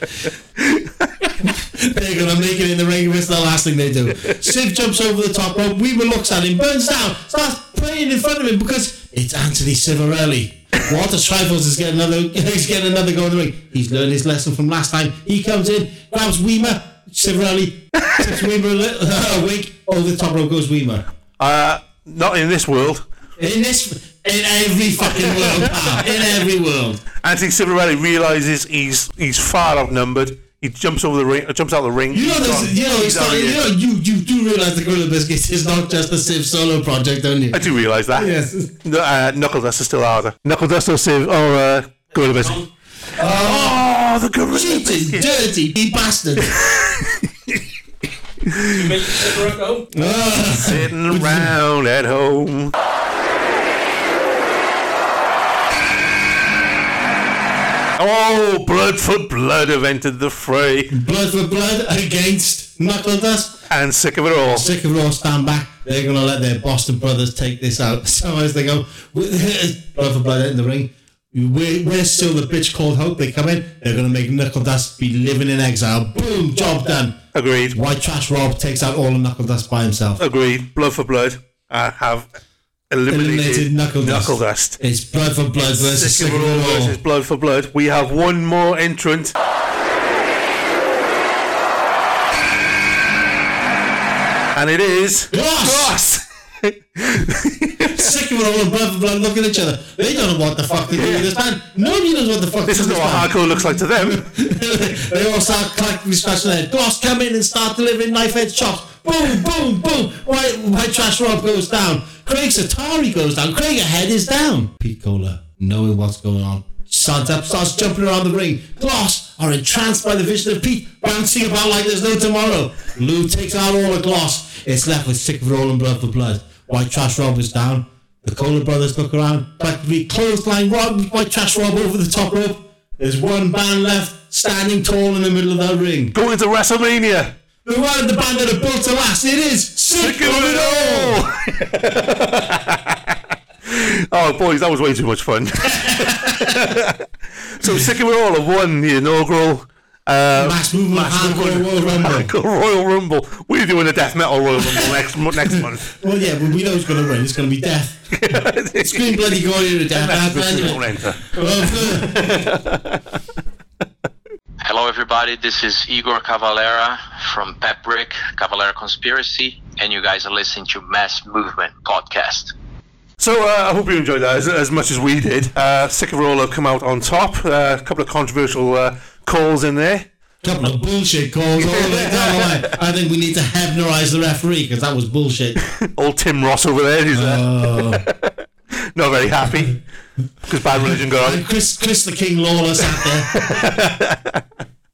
Speaker 2: They're going to make it in the ring if it's the last thing they do. Siv jumps over the top rope. Weaver looks at him, burns down, starts playing in front of him because it's Anthony Civarelli. Walter Trifles is getting another he's getting another go in the ring. He's learned his lesson from last time. He comes in, grabs Weimer, Civarelli, tips Weimer a, little, a wink. Over the top rope goes Weimer.
Speaker 1: Uh, not in this world.
Speaker 2: In this, in every fucking world, pal. In every world.
Speaker 1: Anthony Civarelli realizes he's he's far outnumbered. He jumps over the ring. Jumps out the ring.
Speaker 2: You know,
Speaker 1: He's
Speaker 2: this,
Speaker 1: gone.
Speaker 2: you know,
Speaker 1: He's
Speaker 2: it's not,
Speaker 1: out of
Speaker 2: you
Speaker 1: here.
Speaker 2: know, you you do realize the Gorilla Biscuits is not just a Civ solo project, don't you?
Speaker 1: I do realise that.
Speaker 2: Yes.
Speaker 1: No, uh, Knuckle Dust is still harder. Knuckle Dust or Civ or uh, Gorilla Biscuit. Oh, the Gorilla
Speaker 2: Cheating,
Speaker 1: Biscuit.
Speaker 2: dirty, you bastard.
Speaker 3: You make it separate, though.
Speaker 2: Ah.
Speaker 1: Sitting around at home. Oh, blood for blood have entered the fray.
Speaker 2: blood for blood against Knuckle Dust.
Speaker 1: And sick of it all.
Speaker 2: Sick of it all, stand back. They're going to let their Boston brothers take this out. So as they go, with- blood for blood in the ring. We're, we're still the bitch called Hope. They come in, they're going to make Knuckle Dust be living in exile. Boom, job done.
Speaker 1: Agreed.
Speaker 2: White Trash Rob takes out all the Knuckle Dust by himself.
Speaker 1: Agreed. Blood for blood. Uh, have eliminated,
Speaker 2: Eliminated Knuckle Dust.
Speaker 1: Knuckle Dust.
Speaker 2: It's Blood for Blood versus
Speaker 1: Sick
Speaker 2: Sick
Speaker 1: of it all versus blood for blood. We have one more entrant. And it is
Speaker 2: Ross!
Speaker 1: Ross.
Speaker 2: Sick of all the blood, blood looking at each other. They don't know what the fuck they do with this band. Nobody knows what the fuck
Speaker 1: This
Speaker 2: to
Speaker 1: is not what
Speaker 2: band.
Speaker 1: hardcore looks like to them.
Speaker 2: they all start collectively scratching their head. Gloss come in and start delivering knife head chops. Boom, boom, boom. White, white trash Rob goes down. Craig's Atari goes down. Craig's head is down. Pete Cola, knowing what's going on, stands up, starts jumping around the ring. Gloss are entranced by the vision of Pete bouncing about like there's no tomorrow. Lou takes out all the Gloss. It's left with sick of rolling blood for blood. White trash Rob is down. The Cola brothers look around. Back to be clothesline Rob, White trash Rob over the top rope. There's one band left standing tall in the middle of that ring.
Speaker 1: Going to WrestleMania.
Speaker 2: The one of the band that are built to last. It is sick,
Speaker 1: Sick of it all. oh, boys, that was way too much fun. so, sick of it all have won the inaugural uh,
Speaker 2: Um, Mass movement hardcore world rumble.
Speaker 1: Royal Rumble. We're doing a death metal Royal Rumble next mo- next month.
Speaker 2: Well, yeah, but we know who's going to win. It's going to be death. Scream bloody gory to death.
Speaker 1: That's
Speaker 2: That's
Speaker 1: the
Speaker 2: right,
Speaker 1: Super Bowl
Speaker 2: isn't it?
Speaker 1: enter.
Speaker 2: Well, uh,
Speaker 10: Hello, everybody. This is Igor Cavalera from Pep Brick, Cavalera Conspiracy, and you guys are listening to Mass Movement Podcast.
Speaker 1: So uh, I hope you enjoyed that as, as much as we did. Uh, Sick of it all have come out on top. Uh, a couple of controversial uh, calls in there.
Speaker 2: couple of bullshit calls all the way down the line. I think we need to Hebnerize the referee because that was bullshit.
Speaker 1: Old Tim Ross over there, who's uh,
Speaker 2: Oh.
Speaker 1: not very happy because bad religion got on.
Speaker 2: And Chris, Chris the King Lawler sat there.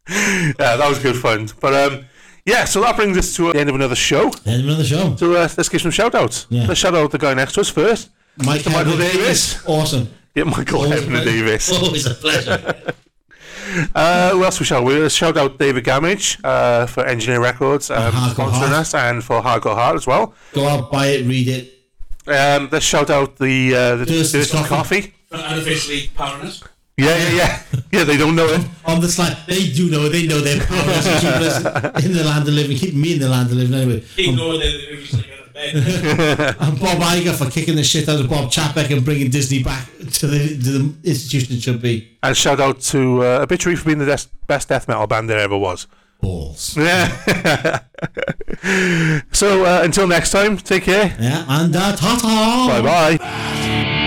Speaker 1: Yeah, that was good fun. But um, yeah, so that brings us to uh, the end of another show.
Speaker 2: End of the show.
Speaker 1: So uh, let's give some shout outs.
Speaker 2: Yeah.
Speaker 1: Let's shout out the guy next to us first.
Speaker 2: Mike
Speaker 1: Mr. Michael
Speaker 2: Hebner-
Speaker 1: Davis.
Speaker 2: Awesome.
Speaker 1: Yeah, Michael
Speaker 2: Always a
Speaker 1: Hebner
Speaker 2: pleasure.
Speaker 1: Davis.
Speaker 2: Always a pleasure.
Speaker 1: Uh, who else we shout? We shout out David Gamage uh, for Engineer Records um,
Speaker 2: Hardcore
Speaker 1: sponsoring
Speaker 2: Heart.
Speaker 1: us and for Hardcore Heart as well.
Speaker 2: Go out, buy it, read it.
Speaker 1: Um, let's shout out the uh, the
Speaker 2: Thurston's
Speaker 1: Thurston's coffee.
Speaker 2: Coffee.
Speaker 3: Unofficially, partners.
Speaker 1: Yeah, yeah, yeah. yeah, they don't know it.
Speaker 2: On the slide, they do know. They know their powers and keep us in the land of living. Keep me in the land of living anyway.
Speaker 3: Ignore the movies like out of bed.
Speaker 2: And Bob Iger for kicking the shit out of Bob Chapek and bringing Disney back to the, to the institution it should be.
Speaker 1: And shout out to uh, Obituary for being the des- best death metal band there ever was.
Speaker 2: Balls.
Speaker 1: Yeah. so uh, until next time, take care.
Speaker 2: Yeah, and uh, ta ta.
Speaker 1: Bye bye.